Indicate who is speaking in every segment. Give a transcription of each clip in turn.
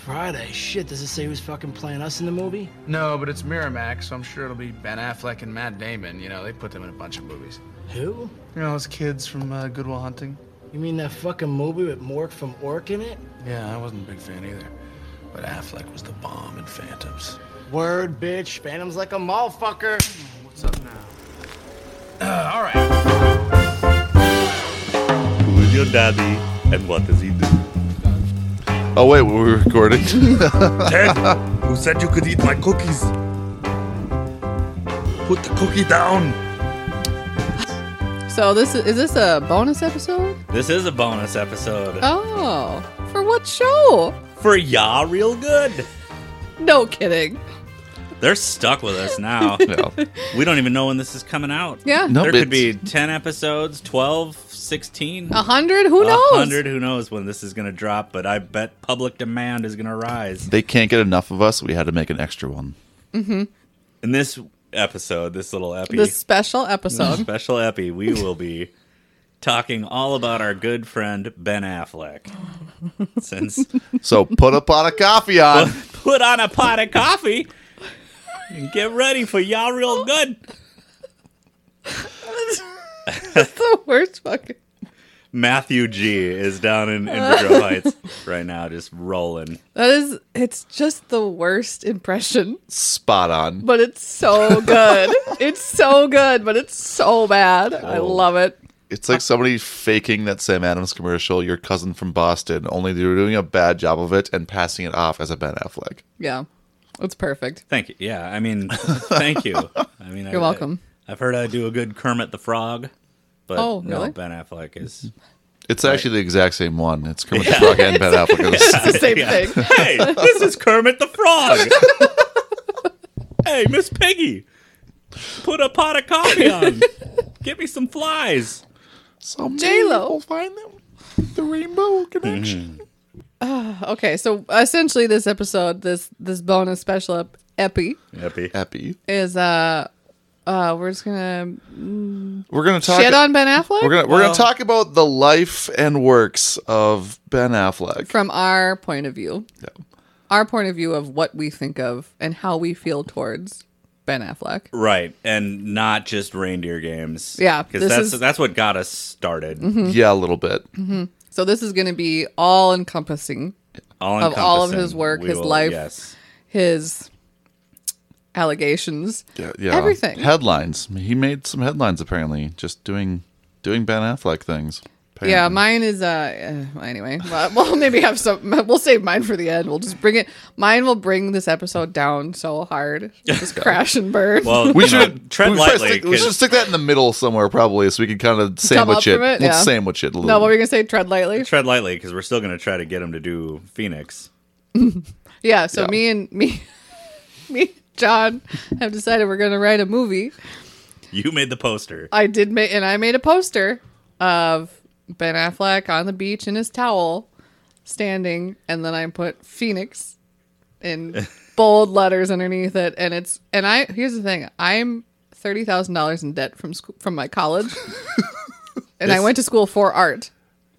Speaker 1: Friday. Shit, does it say who's fucking playing us in the movie?
Speaker 2: No, but it's Miramax, so I'm sure it'll be Ben Affleck and Matt Damon. You know, they put them in a bunch of movies.
Speaker 1: Who?
Speaker 2: You know, those kids from uh, Goodwill Hunting?
Speaker 1: You mean that fucking movie with Mork from Ork in it?
Speaker 2: Yeah, I wasn't a big fan either. But Affleck was the bomb in Phantoms.
Speaker 1: Word, bitch. Phantom's like a motherfucker.
Speaker 2: What's up now? Uh, all right.
Speaker 3: Who is your daddy and what does he do?
Speaker 4: Oh wait, we were recording.
Speaker 3: Ted, who said you could eat my cookies? Put the cookie down.
Speaker 5: So this is, is this a bonus episode?
Speaker 3: This is a bonus episode
Speaker 5: Oh, for what show?
Speaker 3: for Ya Real Good.
Speaker 5: No kidding.
Speaker 3: They're stuck with us now.
Speaker 4: no,
Speaker 3: We don't even know when this is coming out.
Speaker 5: Yeah.
Speaker 4: no,
Speaker 3: there could be
Speaker 4: it's-
Speaker 3: 10 episodes, 12, 16.
Speaker 5: A hundred? Oh, Who knows?
Speaker 3: 100 who knows when this is going to drop but i bet public demand is going to rise
Speaker 4: They can't get enough of us. We had to make an extra one.
Speaker 3: in this episode this little epi
Speaker 5: This special
Speaker 3: this
Speaker 5: episode.
Speaker 3: special epi we will be talking all about our good friend ben affleck since
Speaker 4: So put a pot of coffee on.
Speaker 3: put on a pot of coffee and get ready for y'all real good
Speaker 5: the worst fucking.
Speaker 3: matthew g is down in, in Woodrow heights right now just rolling
Speaker 5: That is. It's just the worst impression,
Speaker 4: Spot on.
Speaker 5: but it's so good. it's so good, but it's so bad. I
Speaker 3: Oh.
Speaker 5: love it.
Speaker 4: It's like somebody faking that Sam Adams commercial. Your cousin from Boston. Only they were doing a bad job of it and passing it off as a Ben Affleck.
Speaker 5: Yeah, it's perfect.
Speaker 3: thank you yeah i mean thank you i mean
Speaker 5: You're welcome.
Speaker 3: I, have heard i do a good kermit the frog but
Speaker 5: Oh,
Speaker 3: no
Speaker 5: really? Mm-hmm.
Speaker 3: ben affleck is
Speaker 4: It's actually the exact same one. It's Kermit the Frog and Ben Affleck.
Speaker 5: It's the same thing.
Speaker 3: hey, this is Kermit the Frog. hey, Miss Piggy, put a pot of coffee on. Get me some flies.
Speaker 4: So
Speaker 5: J-Lo.
Speaker 4: we'll find them. The Rainbow
Speaker 3: Mm-hmm.
Speaker 4: Connection.
Speaker 5: Okay, so essentially, this episode, this this bonus special ep- epi,
Speaker 3: Happy.
Speaker 4: Happy.
Speaker 5: is uh, uh, we're just gonna
Speaker 4: We're gonna talk.
Speaker 5: shit on Ben Affleck.
Speaker 4: we're gonna we're gonna
Speaker 3: Well-
Speaker 4: talk about the life and works of Ben Affleck.
Speaker 5: from our point of view.
Speaker 4: Yeah.
Speaker 5: Our point of view of what we think of and how we feel towards Ben Affleck.
Speaker 3: Right, and not just reindeer games.
Speaker 5: Yeah,
Speaker 3: because
Speaker 5: this
Speaker 3: that's
Speaker 5: is- Mm-hmm.
Speaker 3: that's what got us started.
Speaker 4: Yeah, a little bit.
Speaker 5: So this is going to be all encompassing
Speaker 3: All
Speaker 5: Of all of
Speaker 3: encompassing.
Speaker 5: his work,
Speaker 3: We
Speaker 5: his life.
Speaker 3: Yes,
Speaker 5: his allegations.
Speaker 4: Yeah, yeah.
Speaker 5: Everything.
Speaker 4: Headlines. He made some headlines apparently, just doing doing Ben Affleck things. apparently.
Speaker 5: Yeah, mine is uh uh, anyway. Well, we'll maybe have some we'll save mine for the end. We'll just bring it mine will bring this episode down so hard. Just crash and burn.
Speaker 3: well,
Speaker 4: We
Speaker 3: you know,
Speaker 4: should
Speaker 3: tread
Speaker 4: we should
Speaker 3: lightly.
Speaker 4: stick- we
Speaker 3: 'cause-
Speaker 4: should stick that in the middle somewhere, probably, so we can kind of sandwich it.
Speaker 5: from it,
Speaker 4: Let's
Speaker 5: yeah.
Speaker 4: sandwich it a little.
Speaker 5: no, what were you going to say tread lightly?
Speaker 3: tread lightly because we're still going to try to get him to do Phoenix.
Speaker 5: Yeah, so
Speaker 4: Yeah.
Speaker 5: me and me me and John have decided we're going to write a movie.
Speaker 3: You made the poster.
Speaker 5: I did make, and I made a poster of Ben Affleck on the beach in his towel, standing, and then I put Phoenix in bold letters underneath it. And it's and I here's the thing: I'm thirty thousand dollars in debt from school, from my college, and I
Speaker 3: This-
Speaker 5: went to school for art.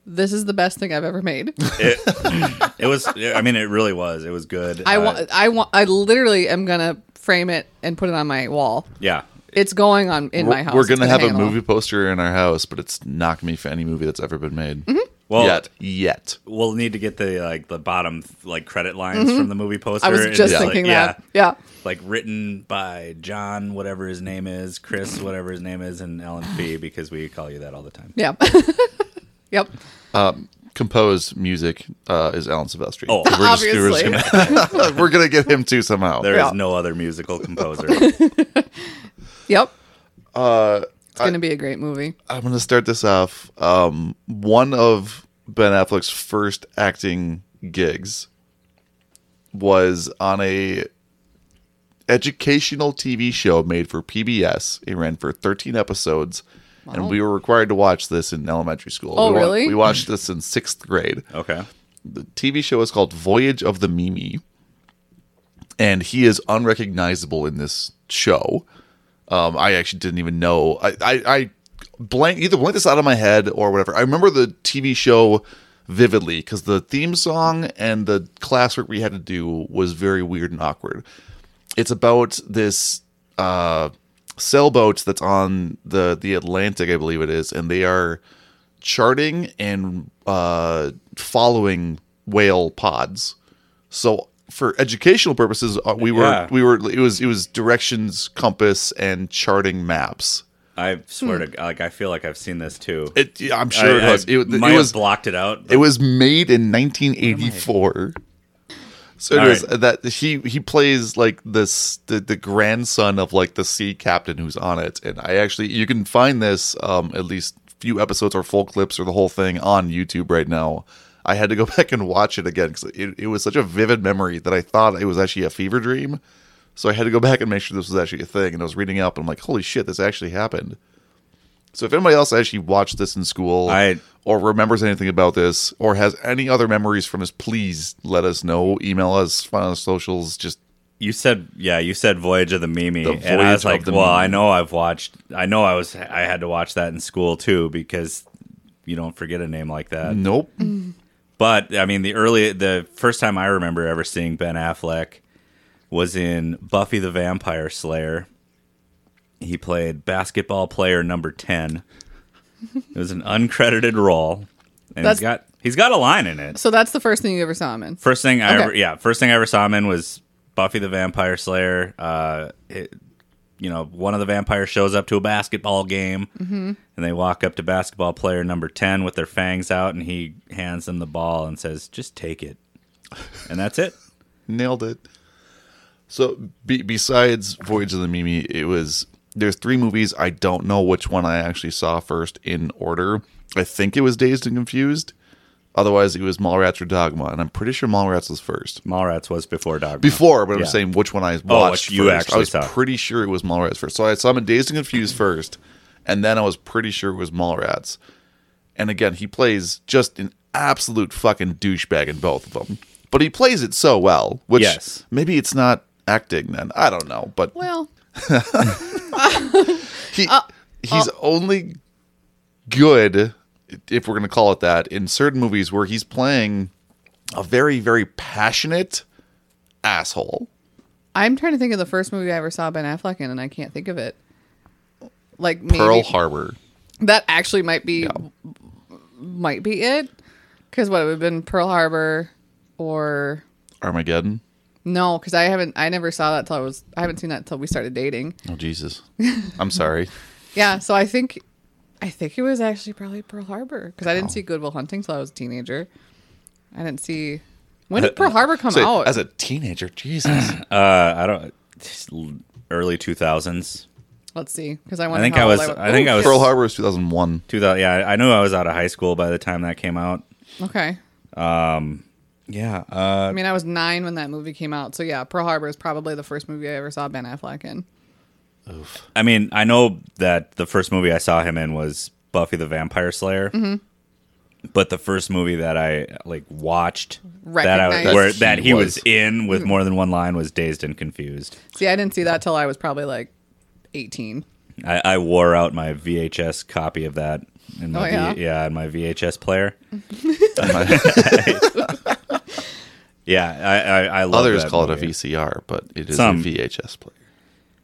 Speaker 5: This is the best thing I've ever made.
Speaker 3: It, it was. I mean, it really was. It was good.
Speaker 5: I
Speaker 3: Uh,
Speaker 5: want, I want, I literally am gonna frame it and put it on my wall.
Speaker 3: Yeah,
Speaker 5: It's going on in
Speaker 4: we're,
Speaker 5: my house.
Speaker 4: we're
Speaker 5: It's
Speaker 4: gonna have
Speaker 5: hang
Speaker 4: a
Speaker 5: on the wall.
Speaker 4: movie poster in our house, but it's not gonna be for any movie that's ever been made
Speaker 5: Mm-hmm.
Speaker 3: Well-
Speaker 4: yet. Yet,
Speaker 3: we'll need to get the like the bottom like credit lines from the movie poster.
Speaker 5: Mm-hmm. I was
Speaker 3: It's
Speaker 5: just
Speaker 3: like,
Speaker 5: thinking
Speaker 3: yeah,
Speaker 5: that. Yeah.
Speaker 3: like written by John, whatever his name is, Chris, whatever his name is, and Ellen Fee because we call you that all the time.
Speaker 5: Yeah. yep.
Speaker 4: composed music uh, is Alan Silvestri.
Speaker 3: Oh.
Speaker 4: we're just- we're just
Speaker 5: Obviously.
Speaker 4: gonna- we're gonna get him too somehow.
Speaker 3: There is
Speaker 5: Yeah.
Speaker 3: no other musical composer.
Speaker 5: Yep.
Speaker 4: Uh,
Speaker 5: it's going to be a great movie.
Speaker 4: I'm going to start this off. Um, one of Ben Affleck's first acting gigs was on a educational TV show made for PBS. It ran for 13 episodes, and we were required to watch this in elementary school.
Speaker 5: Oh,
Speaker 4: we wa-
Speaker 5: really?
Speaker 4: we watched this in sixth grade.
Speaker 3: okay,
Speaker 4: The TV show is called Voyage of the Mimi, and he is unrecognizable in this show. Um, I actually didn't even know. I, I, I blank either blank this out of my head or whatever. I remember the TV show vividly because the theme song and the classwork we had to do was very weird and awkward. It's about this uh, sailboat that's on the the Atlantic, I believe it is, and they are charting and uh, following whale pods. So for educational purposes, uh, we were
Speaker 3: Yeah.
Speaker 4: we were it was it was directions, compass, and charting maps.
Speaker 3: I swear
Speaker 5: Hmm.
Speaker 3: to like I feel like I've seen this too.
Speaker 4: It, I'm sure
Speaker 3: I-
Speaker 4: it was.
Speaker 3: I
Speaker 4: It, it
Speaker 3: might
Speaker 4: was
Speaker 3: have blocked it out.
Speaker 4: it was made in 1984. So
Speaker 3: All
Speaker 4: anyways,
Speaker 3: right.
Speaker 4: that he he plays like this the, the grandson of like the sea captain who's on it, and I actually you can find this um at least few episodes or full clips or the whole thing on YouTube right now. I had to go back and watch it again because it, it was such a vivid memory that I thought it was actually a fever dream. So I had to go back and make sure this was actually a thing. And I was reading up and I'm like, holy shit, this actually happened. So if anybody else actually watched this in school
Speaker 3: I-
Speaker 4: or remembers anything about this or has any other memories from this, please let us know. Email us, find us on socials. Just
Speaker 3: you said yeah you said voyage of the mimi
Speaker 4: The
Speaker 3: and i was
Speaker 4: Voyage of
Speaker 3: like
Speaker 4: the
Speaker 3: well i
Speaker 4: Mimi."
Speaker 3: know i've watched i know i was i had to watch that in school too because you don't forget a name like that
Speaker 4: nope.
Speaker 3: but i mean the early the first time i remember ever seeing ben affleck was in buffy the vampire slayer he played basketball player number 10 it was an uncredited role and
Speaker 5: That's-
Speaker 3: he's got he's got a line in it
Speaker 5: So that's the first thing you ever saw him in.
Speaker 3: First thing I
Speaker 5: Okay.
Speaker 3: ever, yeah, first thing I ever saw him in was Buffy the Vampire Slayer. Uh, it, you know, one of the vampires shows up to a basketball game, and they walk up to basketball player number ten with their fangs out, and he hands them the ball and says, "Just take it," and that's it.
Speaker 4: Nailed it. So be- besides Voyage of the Mimi, it was there's three movies. I don't know which one I actually saw first in order. I think it was Dazed and Confused. Otherwise, it was Mallrats or Dogma, and I'm pretty sure Mallrats was first.
Speaker 3: Mallrats was before Dogma.
Speaker 4: Before, but I'm
Speaker 3: Yeah.
Speaker 4: saying which one I watched.
Speaker 3: what you
Speaker 4: first.
Speaker 3: actually
Speaker 4: I was
Speaker 3: saw.
Speaker 4: pretty sure it was Mallrats first. So I saw him in Dazed and Confused first, and then I was pretty sure it was Mallrats. And again, he plays just an absolute fucking douchebag in both of them, but he plays it so well. Which
Speaker 3: Yes.
Speaker 4: maybe it's not acting then. I don't know, but
Speaker 5: Well,
Speaker 4: he he's only good if we're going to call it that in certain movies where he's playing a very very passionate asshole.
Speaker 5: I'm trying to think of the first movie I ever saw Ben Affleck in, and I can't think of it. Like maybe
Speaker 4: Pearl Harbor.
Speaker 5: that actually might be might be it because what it would have been Pearl Harbor or
Speaker 4: Armageddon.
Speaker 5: no because I haven't I never saw that till I was I haven't seen that until we started dating.
Speaker 4: Oh Jesus. I'm sorry.
Speaker 5: Yeah, so I think I think it was actually probably Pearl Harbor because I didn't
Speaker 3: Oh.
Speaker 5: see Goodwill Hunting till I was a teenager. I didn't see when did Pearl Harbor come
Speaker 4: Say,
Speaker 5: out?
Speaker 4: As a teenager, Jesus.
Speaker 3: Uh, I don't. just Early two thousands.
Speaker 5: Let's see because I want.
Speaker 3: I think I was. I think I was.
Speaker 4: Pearl Harbor was 2001.
Speaker 3: Two thousand. Yeah, I I knew I was out of high school by the time that came out.
Speaker 5: Okay,
Speaker 3: Yeah. Uh,
Speaker 5: I mean I was nine when that movie came out, so yeah, Pearl Harbor is probably the first movie I ever saw Ben Affleck in.
Speaker 3: I mean, I know that the first movie I saw him in was Buffy the Vampire Slayer.
Speaker 5: Mm-hmm.
Speaker 3: But the first movie that I like watched that I,
Speaker 5: Recognized. Mm-hmm.
Speaker 3: where
Speaker 4: That
Speaker 3: that
Speaker 4: he
Speaker 3: he was
Speaker 4: was.
Speaker 3: in with more than one line was Dazed and Confused.
Speaker 5: See, I didn't see that till I was probably like eighteen.
Speaker 3: I, I wore out my VHS copy of that in my
Speaker 5: Oh, yeah?
Speaker 3: V- yeah in my VHS player. Yeah, I I, I love
Speaker 4: Others
Speaker 3: that
Speaker 4: call it
Speaker 3: movie.
Speaker 4: a VCR, but it is
Speaker 3: Some.
Speaker 4: a VHS player.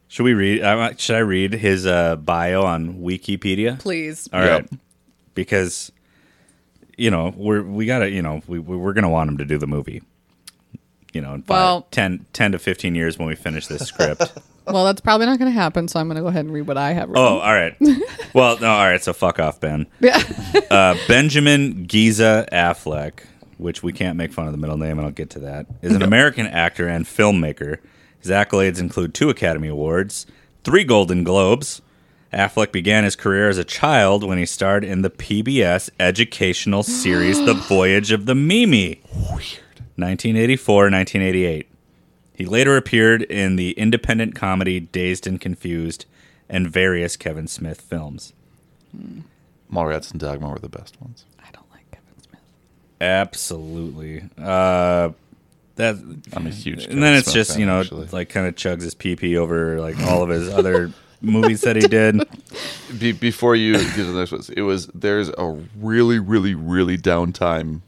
Speaker 3: Should we read? I- Should I read his uh, bio on Wikipedia?
Speaker 5: Please,
Speaker 3: All right,
Speaker 4: Yep.
Speaker 3: Because you know, we're we gotta, you know, we we- we're gonna want him to do the movie. You know, in five,
Speaker 5: Well-
Speaker 3: 10, 10 to fifteen years when we finish this script.
Speaker 5: well that's probably not going to happen, so I'm going to go ahead and read what I have. Written.
Speaker 3: oh, all right. Well, no, all right, so fuck off, Ben.
Speaker 5: yeah.
Speaker 3: Uh, Benjamin Giza Affleck, which we can't make fun of the middle name, and I'll get to that, is an American actor and filmmaker. His accolades include two Academy Awards, three Golden Globes. Affleck began his career as a child when he starred in the PBS educational series The Voyage of the Mimi. Weird. 1984 1988. He later appeared in the independent comedy Dazed and Confused and various Kevin Smith films.
Speaker 4: Mallrats and Dogma were the best ones.
Speaker 3: Oh.
Speaker 5: I don't like Kevin Smith.
Speaker 3: Absolutely. Uh, that
Speaker 4: I'm a huge.
Speaker 3: and then it's just you know like kind of chugs his pee pee over like all of his other movies that he did.
Speaker 4: Be- before you get to the next one, it was there's a really, really, really downtime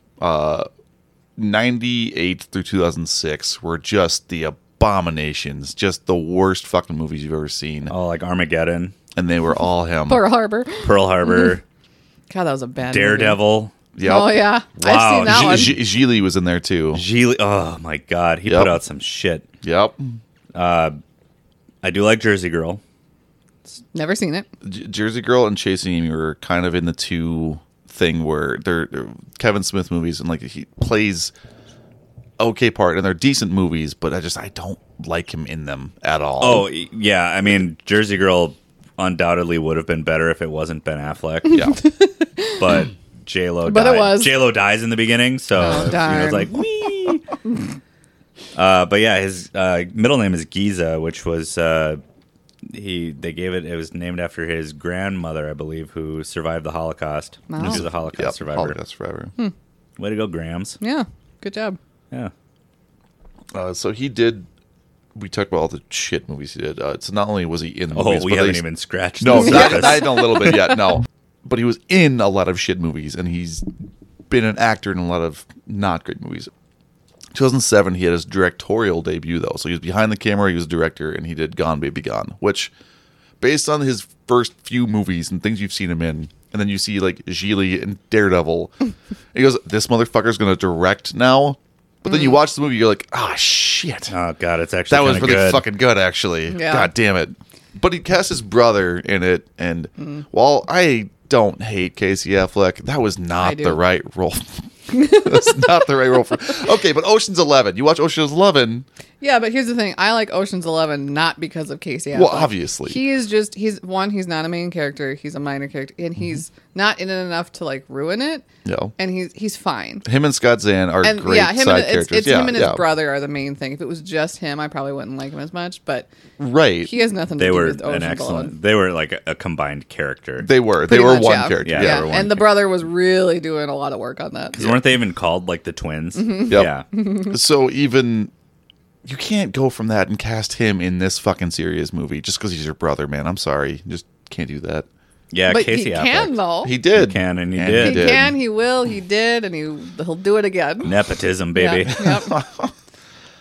Speaker 4: 98 through 2006 were just the abominations, just the worst fucking movies you've ever seen.
Speaker 3: Oh, like Armageddon,
Speaker 4: And they were all him.
Speaker 5: Pearl Harbor.
Speaker 3: Pearl
Speaker 4: Mm-hmm.
Speaker 3: Harbor,
Speaker 5: God, that was a bad movie.
Speaker 3: Daredevil,
Speaker 4: Yep.
Speaker 5: Oh yeah, I've
Speaker 3: Wow,
Speaker 5: seen that
Speaker 4: G-
Speaker 5: one.
Speaker 4: G- Gigli was in there too.
Speaker 3: Gili. Oh my God, he
Speaker 4: Yep.
Speaker 3: put out some shit.
Speaker 4: Yep.
Speaker 3: I do like Jersey Girl.
Speaker 5: Never seen it.
Speaker 4: J- Jersey Girl and Chasing Amy were kind of in the two thing where they're, they're Kevin Smith movies and like he plays okay part and they're decent movies, but I just I don't like him in them at all.
Speaker 3: Oh y- yeah, I mean Jersey Girl undoubtedly would have been better if it wasn't Ben Affleck.
Speaker 4: yeah.
Speaker 3: but J Lo.
Speaker 5: But it was.
Speaker 3: J Lo dies in the beginning, so
Speaker 5: Oh,
Speaker 3: you know,
Speaker 5: darn.
Speaker 3: it's like wee. uh, but yeah, his uh, middle name is Giza, which was uh, he. They gave it. It was named after his grandmother, I believe, who survived the Holocaust.
Speaker 5: Wow.
Speaker 3: She was a Holocaust
Speaker 4: Yep.
Speaker 3: survivor.
Speaker 4: Holocaust Forever.
Speaker 3: Way to go, Grams.
Speaker 5: Yeah, good job.
Speaker 3: Yeah.
Speaker 4: Uh, so he did. We talked about all the shit movies he did. Uh, so not only was he in the
Speaker 3: Oh,
Speaker 4: movies,
Speaker 3: we
Speaker 4: but
Speaker 3: haven't
Speaker 4: they-
Speaker 3: even scratched.
Speaker 4: No,
Speaker 3: the
Speaker 4: not,
Speaker 3: surface.
Speaker 4: not even a little bit yet. No, but he was in a lot of shit movies, and he's been an actor in a lot of not great movies. 2007, he had his directorial debut though, so he was behind the camera. He was a director, and he did Gone Baby Gone, which, based on his first few movies and things you've seen him in, and then you see like Gigli and Daredevil, and he goes, "This motherfucker's gonna direct now." But then you watch the movie, you're like, "Ah, shit."
Speaker 3: Oh god, it's actually
Speaker 4: That was
Speaker 3: kinda
Speaker 4: really
Speaker 3: good.
Speaker 4: fucking good, actually.
Speaker 5: Yeah.
Speaker 4: God damn it. But he cast his brother in it, and while I don't hate Casey Affleck, that was
Speaker 5: I
Speaker 4: not
Speaker 5: do.
Speaker 4: the right role. That's not the right role for. Okay, but Ocean's Eleven. You watch Ocean's Eleven.
Speaker 5: Yeah, but here's the thing. I like Ocean's Eleven not because of Casey. Affleck.
Speaker 4: Well, obviously.
Speaker 5: he is just he's one. He's not a main character. He's a minor character, and
Speaker 4: Mm-hmm.
Speaker 5: he's not in it enough to like ruin it.
Speaker 4: No.
Speaker 5: and he's he's fine.
Speaker 4: Him and Scott Zan are
Speaker 5: And
Speaker 4: great
Speaker 5: yeah, him
Speaker 4: side
Speaker 5: and it's,
Speaker 4: characters.
Speaker 5: it's
Speaker 4: yeah,
Speaker 5: him and his
Speaker 4: yeah.
Speaker 5: brother are the main thing. If it was just him, I probably wouldn't like him as much. But
Speaker 4: Right.
Speaker 5: he has nothing to
Speaker 3: They
Speaker 5: do
Speaker 3: were
Speaker 5: with Ocean's
Speaker 3: an excellent.
Speaker 5: Eleven.
Speaker 3: They were like a, a combined character.
Speaker 4: they were.
Speaker 5: Pretty
Speaker 4: they were
Speaker 5: much,
Speaker 4: one
Speaker 5: yeah.
Speaker 4: character.
Speaker 3: Yeah,
Speaker 4: Yeah.
Speaker 5: Yeah,
Speaker 3: they were one
Speaker 5: and the brother was really doing a lot of work on that.
Speaker 3: 'Cause weren't they even called like the twins?
Speaker 5: Mm-hmm.
Speaker 4: Yep.
Speaker 3: Yeah.
Speaker 4: So even. You can't go from that and cast him in this fucking serious movie just because he's your brother, man. I'm sorry. You just can't do that.
Speaker 3: Yeah.
Speaker 5: But he
Speaker 3: Casey Affleck.
Speaker 5: can though.
Speaker 4: He did.
Speaker 3: can and he
Speaker 4: And
Speaker 3: did.
Speaker 5: He
Speaker 4: he did.
Speaker 5: can. He will. He did, and he he'll do it again.
Speaker 3: Nepotism, baby.
Speaker 5: Yeah, yep.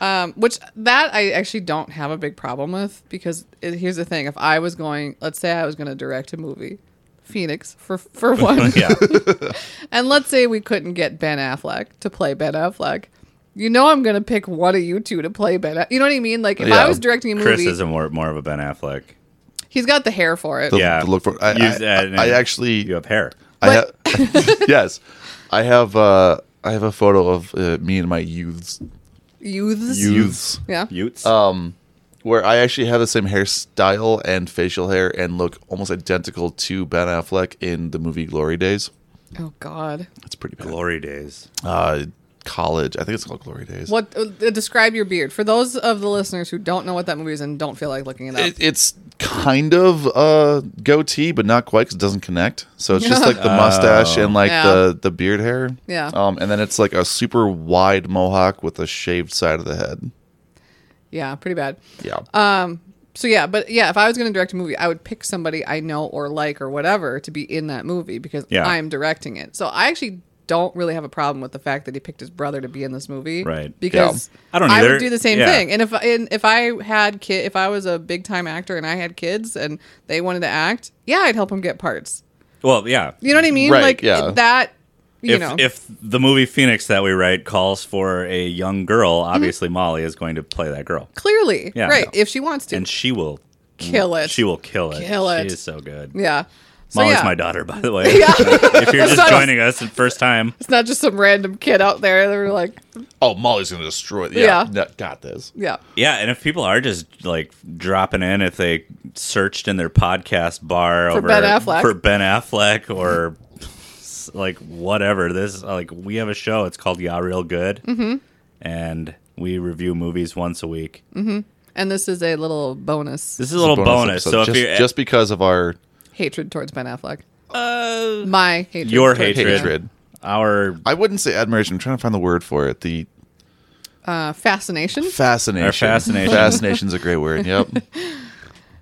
Speaker 5: um, which that I actually don't have a big problem with because it, here's the thing: if I was going, let's say I was going to direct a movie, Phoenix for for one,
Speaker 3: yeah.
Speaker 5: and let's say we couldn't get Ben Affleck to play Ben Affleck, you know I'm going to pick one of you two to play Ben. Aff- You know what I mean? Like if I
Speaker 4: Yeah.
Speaker 5: was directing a
Speaker 3: Chris
Speaker 5: movie,
Speaker 3: is a more more of a Ben Affleck.
Speaker 5: he's got the hair for it.
Speaker 4: the-
Speaker 3: Yeah.
Speaker 4: the look for. I,
Speaker 3: Use
Speaker 4: I,
Speaker 3: that and
Speaker 4: I
Speaker 3: then
Speaker 4: actually,
Speaker 3: You have hair.
Speaker 4: I ha- yes, I have. Uh, I have a photo of uh, me and my youths,
Speaker 5: Youths, yeah.
Speaker 3: Utes.
Speaker 4: where I actually have the same hairstyle and facial hair and look almost identical to Ben Affleck in the movie Glory Days.
Speaker 5: Oh God,
Speaker 4: It's pretty bad.
Speaker 3: Glory days.
Speaker 4: Uh, college, I think it's called Glory Days.
Speaker 5: what? Uh, describe your beard for those of the listeners who don't know what that movie is and don't feel like looking it up.
Speaker 4: It, it's kind of uh goatee, but not quite because it doesn't connect. So it's just like the mustache and like
Speaker 5: Oh. Yeah.
Speaker 4: the the beard hair.
Speaker 5: Yeah.
Speaker 4: Um, and then it's like a super wide mohawk with a shaved side of the head.
Speaker 5: yeah, pretty bad.
Speaker 4: Yeah.
Speaker 5: Uh, So yeah, but yeah, if I was going to direct a movie, I would pick somebody I know or like or whatever to be in that movie because
Speaker 3: Yeah.
Speaker 5: I'm directing it. So I actually don't really have a problem with the fact that he picked his brother to be in this movie,
Speaker 3: Right.
Speaker 5: Because
Speaker 3: Yeah. I don't either.
Speaker 5: would do the same
Speaker 3: Yeah.
Speaker 5: thing. And if and if I had kid, if I was a big time actor and I had kids and they wanted to act, yeah, I'd help them get parts.
Speaker 3: Well, yeah.
Speaker 5: You know what I mean?
Speaker 4: Right,
Speaker 5: like
Speaker 4: yeah.
Speaker 5: that. You
Speaker 3: if,
Speaker 5: know,
Speaker 3: if the movie Phoenix that we write calls for a young girl,
Speaker 5: Mm-hmm.
Speaker 3: obviously Molly is going to play that girl,
Speaker 5: clearly,
Speaker 3: Yeah.
Speaker 5: right? If she wants to,
Speaker 3: and she will
Speaker 5: Kill it.
Speaker 3: She will kill it.
Speaker 5: Kill it.
Speaker 3: She is so good.
Speaker 5: yeah. So,
Speaker 3: Molly's
Speaker 5: yeah.
Speaker 3: my daughter, by the way. if you're just joining us the first time,
Speaker 5: It's not just some random kid out there. They're like,
Speaker 4: Oh, Molly's gonna destroy. it.
Speaker 5: Yeah.
Speaker 4: Yeah, no, got this.
Speaker 5: yeah.
Speaker 3: yeah. And if people are just like dropping in, if they searched in their podcast bar
Speaker 5: For
Speaker 3: over
Speaker 5: Ben Affleck.
Speaker 3: for Ben Affleck or like whatever, this like we have a show. It's called Yeah Real Good, mm-hmm. and we review movies once a week.
Speaker 5: Mm-hmm. And this is a little bonus
Speaker 3: This is a little bonus.
Speaker 4: episode,
Speaker 3: so if
Speaker 4: just,
Speaker 3: you're
Speaker 4: just because of our
Speaker 5: hatred towards Ben Affleck. Uh, my hatred.
Speaker 3: your
Speaker 5: towards-
Speaker 3: hatred.
Speaker 4: hatred,
Speaker 3: our
Speaker 4: I wouldn't say admiration. I'm trying to find the word for it. The
Speaker 5: Uh, fascination.
Speaker 4: fascination.
Speaker 3: Our fascination.
Speaker 4: Fascination's a great word. Yep.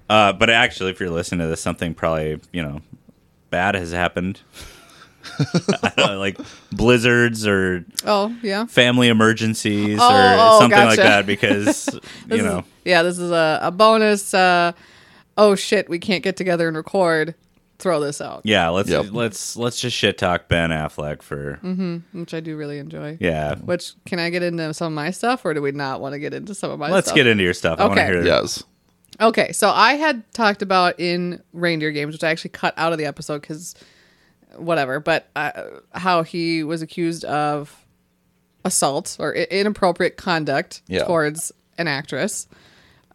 Speaker 3: uh, but actually, if you're listening to this, something probably you know bad has happened. I don't know, like blizzards or
Speaker 5: Oh, yeah.
Speaker 3: family emergencies
Speaker 5: Oh,
Speaker 3: or
Speaker 5: oh,
Speaker 3: something like
Speaker 5: gotcha.
Speaker 3: that because
Speaker 5: This
Speaker 3: you know
Speaker 5: Is, yeah, this is a, a bonus. Uh, oh, shit, we can't get together and record. Throw this out,
Speaker 3: yeah let's
Speaker 4: Yep.
Speaker 3: let's let's just shit talk Ben Affleck for
Speaker 5: Mm-hmm. which I do really enjoy.
Speaker 3: yeah
Speaker 5: Which can I get into some of my stuff, or do we not want to get into some of my
Speaker 3: let's
Speaker 5: stuff?
Speaker 3: get into your stuff I want to
Speaker 5: Okay.
Speaker 3: hear
Speaker 4: Yes.
Speaker 5: Okay, so I had talked about in Reindeer Games, which I actually cut out of the episode because whatever, but uh, how he was accused of assault or I- inappropriate conduct
Speaker 4: Yeah.
Speaker 5: towards an actress.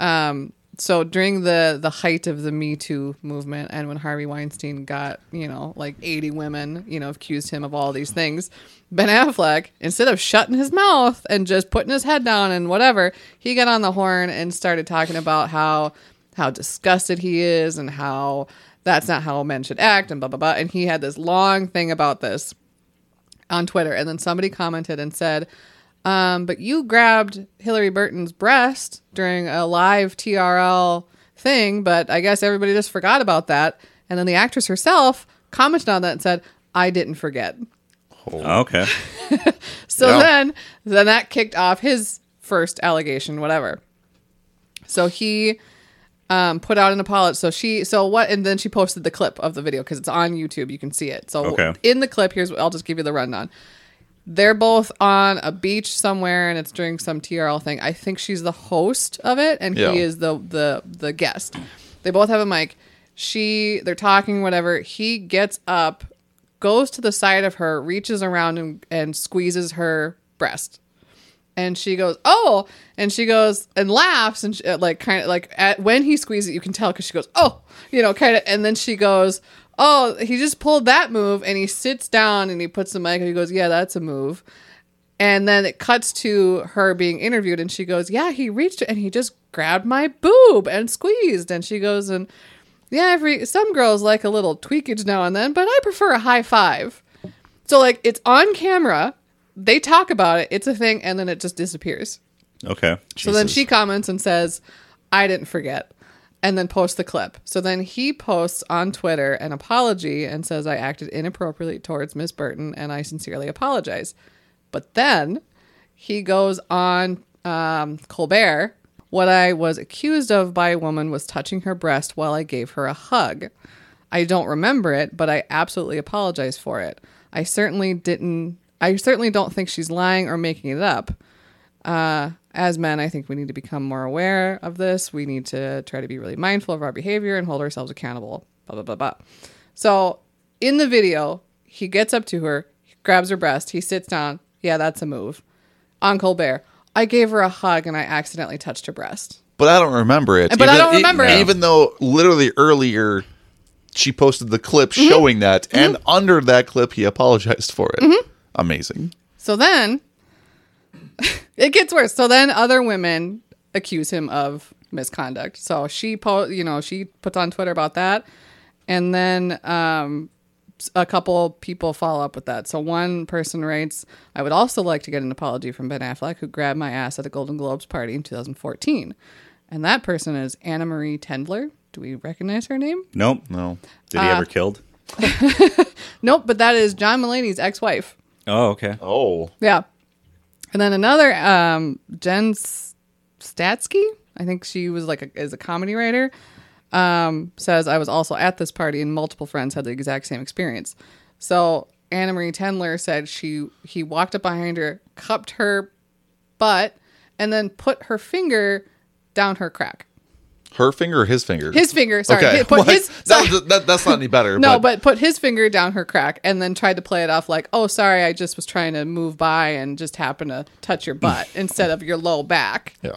Speaker 5: Um, so during the the height of the Me Too movement, and when Harvey Weinstein got you know like eighty women, you know, accused him of all these things, Ben Affleck instead of shutting his mouth and just putting his head down and whatever, he got on the horn and started talking about how how disgusted he is and how that's not how men should act and blah blah blah. And he had this long thing about this on Twitter, and then somebody commented and said, um, "But you grabbed Hillary Burton's breast during a live TRL thing, but I guess everybody just forgot about that." And then the actress herself commented on that and said, "I didn't forget."
Speaker 3: it okay
Speaker 5: So
Speaker 4: Yeah.
Speaker 5: then, then that kicked off his first allegation, whatever. So he um, put out an apology. So she, so what? And then she posted the clip of the video because it's on YouTube. You can see it. So
Speaker 3: Okay.
Speaker 5: in the clip, here's what I'll just give you the rundown. They're both on a beach somewhere, and it's during some TRL thing. I think she's the host of it, and
Speaker 4: Yeah.
Speaker 5: he is the the the guest. They both have a mic. She, they're talking, whatever. He gets up, goes to the side of her, reaches around and, and squeezes her breast and she goes, "Oh!" and she goes and laughs and she, uh, like kind of like at, when he squeezes it, you can tell because she goes, "Oh," you know, kind of, and then she goes, "Oh!" He just pulled that move, and he sits down and he puts the mic. and He goes, "Yeah, that's a move." And then it cuts to her being interviewed, and she goes, "Yeah, he reached and he just grabbed my boob and squeezed." And she goes, "And yeah, every some girls like a little tweakage now and then, but I prefer a high five. So like it's on camera, they talk about it, it's a thing, and then it just disappears.
Speaker 3: okay
Speaker 5: So then
Speaker 4: Jesus.
Speaker 5: she comments and says, I didn't forget. And then posts the clip. So then he posts on Twitter an apology and says, I acted inappropriately towards Miss Burton and I sincerely apologize. But then he goes on um, Colbert. What I was accused of by a woman was touching her breast while I gave her a hug. I don't remember it, but I absolutely apologize for it. I certainly didn't, I certainly don't think she's lying or making it up as men, I think we need to become more aware of this. We need to try to be really mindful of our behavior and hold ourselves accountable. Blah, blah, blah, blah. So in the video, he gets up to her, he grabs her breast, he sits down. Yeah, that's a move. On Colbert, I gave her a hug and I accidentally touched her breast.
Speaker 4: But I don't remember it.
Speaker 5: But I don't remember
Speaker 4: e-
Speaker 5: it.
Speaker 4: Even though literally earlier she posted the clip
Speaker 5: Mm-hmm.
Speaker 4: showing that, and under that clip he apologized for it.
Speaker 5: Mm-hmm.
Speaker 4: Amazing.
Speaker 5: So then it gets worse. So then other women accuse him of misconduct. So she po- you know, she puts on Twitter about that. And then um s- a couple people follow up with that. So one person writes, "I would also like to get an apology from Ben Affleck who grabbed my ass at a Golden Globes party in 2014." And that person is Anna Marie Tendler. Do we recognize her name?
Speaker 3: nope
Speaker 4: No.
Speaker 3: did
Speaker 5: Uh,
Speaker 3: he ever killed
Speaker 5: Nope, but that is John Mulaney's ex-wife.
Speaker 3: oh okay
Speaker 4: Oh.
Speaker 5: Yeah. And then another um Jen S- Statsky, I think she was like a, is a comedy writer, um says I was also at this party and multiple friends had the exact same experience. So Anna Marie Tendler said she he walked up behind her, cupped her butt, and then put her finger down her crack.
Speaker 4: Her finger or his finger?
Speaker 5: His finger, sorry,
Speaker 4: Okay.
Speaker 5: hi- put
Speaker 4: What?
Speaker 5: his
Speaker 4: That
Speaker 5: sorry.
Speaker 4: was- that- that's not any better.
Speaker 5: No, but put his finger down her crack and then tried to play it off like, oh, sorry, I just was trying to move by and just happened to touch your butt instead of your low back.
Speaker 4: yeah.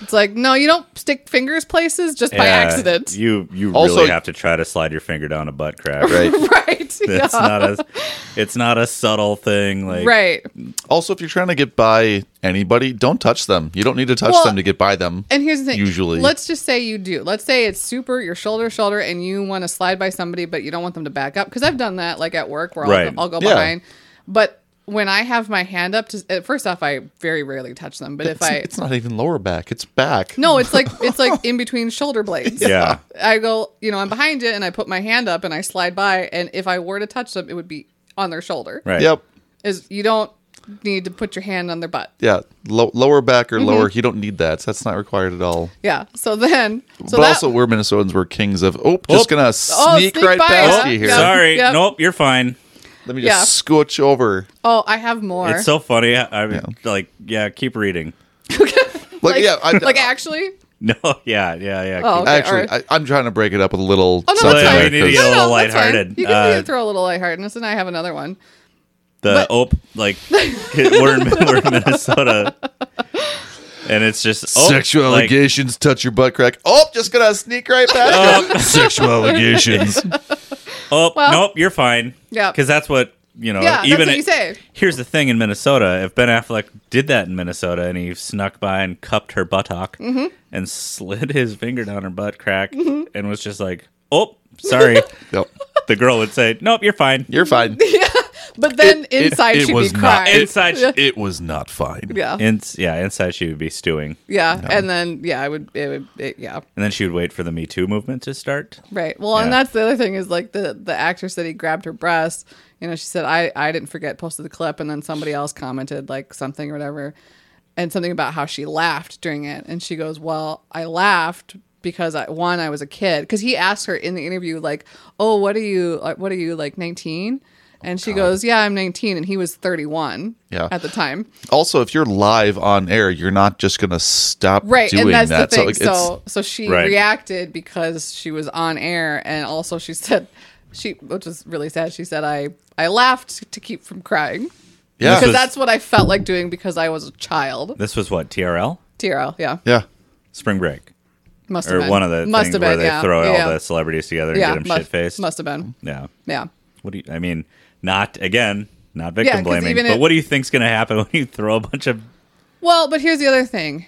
Speaker 5: It's like, no, you don't stick fingers places just by
Speaker 3: Yeah,
Speaker 5: accident.
Speaker 3: you you
Speaker 4: Also-
Speaker 3: really have to try to slide your finger down a butt crack
Speaker 4: Right.
Speaker 5: right. Yeah.
Speaker 3: it's not a it's not a subtle thing like
Speaker 5: Right.
Speaker 4: Also, if you're trying to get by anybody, don't touch them. You don't need to touch
Speaker 5: Well,
Speaker 4: them to get by them.
Speaker 5: And here's the thing.
Speaker 4: Usually.
Speaker 5: let's just say you do. Let's say it's super your shoulder to shoulder, and you want to slide by somebody, but you don't want them to back up. Because I've done that, like at work, where I'll,
Speaker 3: Right.
Speaker 5: I'll go
Speaker 4: Yeah.
Speaker 5: behind. But when I have my hand up, to, first off, I very rarely touch them. But if
Speaker 4: it's,
Speaker 5: I,
Speaker 4: it's not even lower back; it's back.
Speaker 5: no, it's like it's like in between shoulder blades.
Speaker 3: yeah
Speaker 5: I go, you know, I'm behind it and I put my hand up and I slide by. And if I were to touch them, it would be on their shoulder.
Speaker 3: Right.
Speaker 4: Yep.
Speaker 5: Is you don't need to put your hand on their butt.
Speaker 4: Yeah. Low, lower back
Speaker 5: Mm-hmm.
Speaker 4: or lower. You don't need that. That's not required at all.
Speaker 5: Yeah. So then, so
Speaker 4: but
Speaker 5: that,
Speaker 4: also, we're Minnesotans. We're kings of. Oh,
Speaker 3: Oh.
Speaker 4: just gonna sneak,
Speaker 5: sneak
Speaker 4: right
Speaker 5: by
Speaker 4: past
Speaker 5: us.
Speaker 4: you here.
Speaker 5: Yeah.
Speaker 3: Sorry.
Speaker 5: Yep.
Speaker 3: Nope. You're fine.
Speaker 4: Let me
Speaker 5: Yeah.
Speaker 4: just scooch over.
Speaker 5: oh, I have more.
Speaker 3: It's so funny. I I mean, like, yeah. Keep reading.
Speaker 4: Like, yeah, I,
Speaker 5: like actually,
Speaker 3: No. Yeah. Yeah. Yeah.
Speaker 5: Oh,
Speaker 3: keep-
Speaker 5: okay,
Speaker 4: actually,
Speaker 5: all right.
Speaker 4: I, I'm trying to break it up with a little.
Speaker 5: Oh, no,
Speaker 4: something
Speaker 5: that's
Speaker 4: there,
Speaker 5: fine.
Speaker 3: We need to
Speaker 4: 'cause-
Speaker 3: get a little
Speaker 5: that's fine.
Speaker 3: lighthearted.
Speaker 5: You can
Speaker 3: Uh,
Speaker 5: throw a little lightheartedness, and I have another one.
Speaker 3: the op like we're in, we're in Minnesota, and it's just oh,
Speaker 4: Sexual
Speaker 3: like,
Speaker 4: allegations, touch your butt crack. Oh, just gonna sneak right past you. Sexual allegations.
Speaker 3: Oh
Speaker 5: Well-
Speaker 3: nope, you're fine.
Speaker 5: Yeah.
Speaker 3: because that's what you know.
Speaker 5: Yeah, that's
Speaker 3: uh, even
Speaker 5: what
Speaker 3: it-
Speaker 5: you say.
Speaker 3: Here's the thing in Minnesota: if Ben Affleck did that in Minnesota and he snuck by and cupped her buttock
Speaker 5: Mm-hmm.
Speaker 3: and slid his finger down her butt crack and was just like, "Oh, sorry,"
Speaker 4: Yep.
Speaker 3: the girl would say, "Nope, you're fine."
Speaker 4: You're fine.
Speaker 5: But then inside
Speaker 4: it
Speaker 5: she'd
Speaker 4: was
Speaker 5: be
Speaker 4: not-
Speaker 5: crying.
Speaker 3: Inside, she-
Speaker 4: It, it was not fine.
Speaker 5: yeah,
Speaker 3: in, yeah, inside she would be stewing,
Speaker 5: yeah, and then yeah, I would, it would, it, yeah,
Speaker 3: and then she would wait for the Me Too movement to start.
Speaker 5: right. Well, and
Speaker 3: Yeah.
Speaker 5: that's the other thing is like the the actress that he grabbed her breast. You know, she said I I didn't forget posted the clip, and then somebody else commented like something or whatever, and something about how she laughed during it, and she goes, "Well, I laughed." Because I, one, I was a kid. Because he asked her in the interview, like, "Oh, what are you? Like, what are you like, 19?" And she goes, "Yeah, I'm 19." And he was 31
Speaker 4: Yeah.
Speaker 5: at the time.
Speaker 4: Also, if you're live on air, you're not just gonna stop
Speaker 5: right
Speaker 4: doing
Speaker 5: and that's
Speaker 4: that.
Speaker 5: the thing
Speaker 4: it's-
Speaker 5: so so, she
Speaker 3: Right.
Speaker 5: reacted because she was on air and also she said she which was really sad she said i i laughed to keep from crying
Speaker 4: yeah,
Speaker 5: because
Speaker 3: was-
Speaker 5: that's what i felt like doing because i was a child
Speaker 3: This was what TRL
Speaker 5: trl yeah
Speaker 4: yeah.
Speaker 3: Spring Break
Speaker 5: must have
Speaker 3: or
Speaker 5: been
Speaker 3: one of the
Speaker 5: must
Speaker 3: things
Speaker 5: have
Speaker 3: where
Speaker 5: been
Speaker 3: they
Speaker 5: yeah
Speaker 3: throw
Speaker 5: yeah.
Speaker 3: all the celebrities together and
Speaker 5: yeah
Speaker 3: get them
Speaker 5: must,
Speaker 3: shit faced.
Speaker 5: must have been
Speaker 3: Yeah.
Speaker 5: yeah
Speaker 3: What do you? I mean, not again, not victim
Speaker 5: 'cause
Speaker 3: blaming.
Speaker 5: even
Speaker 3: But
Speaker 5: if-
Speaker 3: what do you think's going to happen when you throw a bunch of
Speaker 5: well but here's the other thing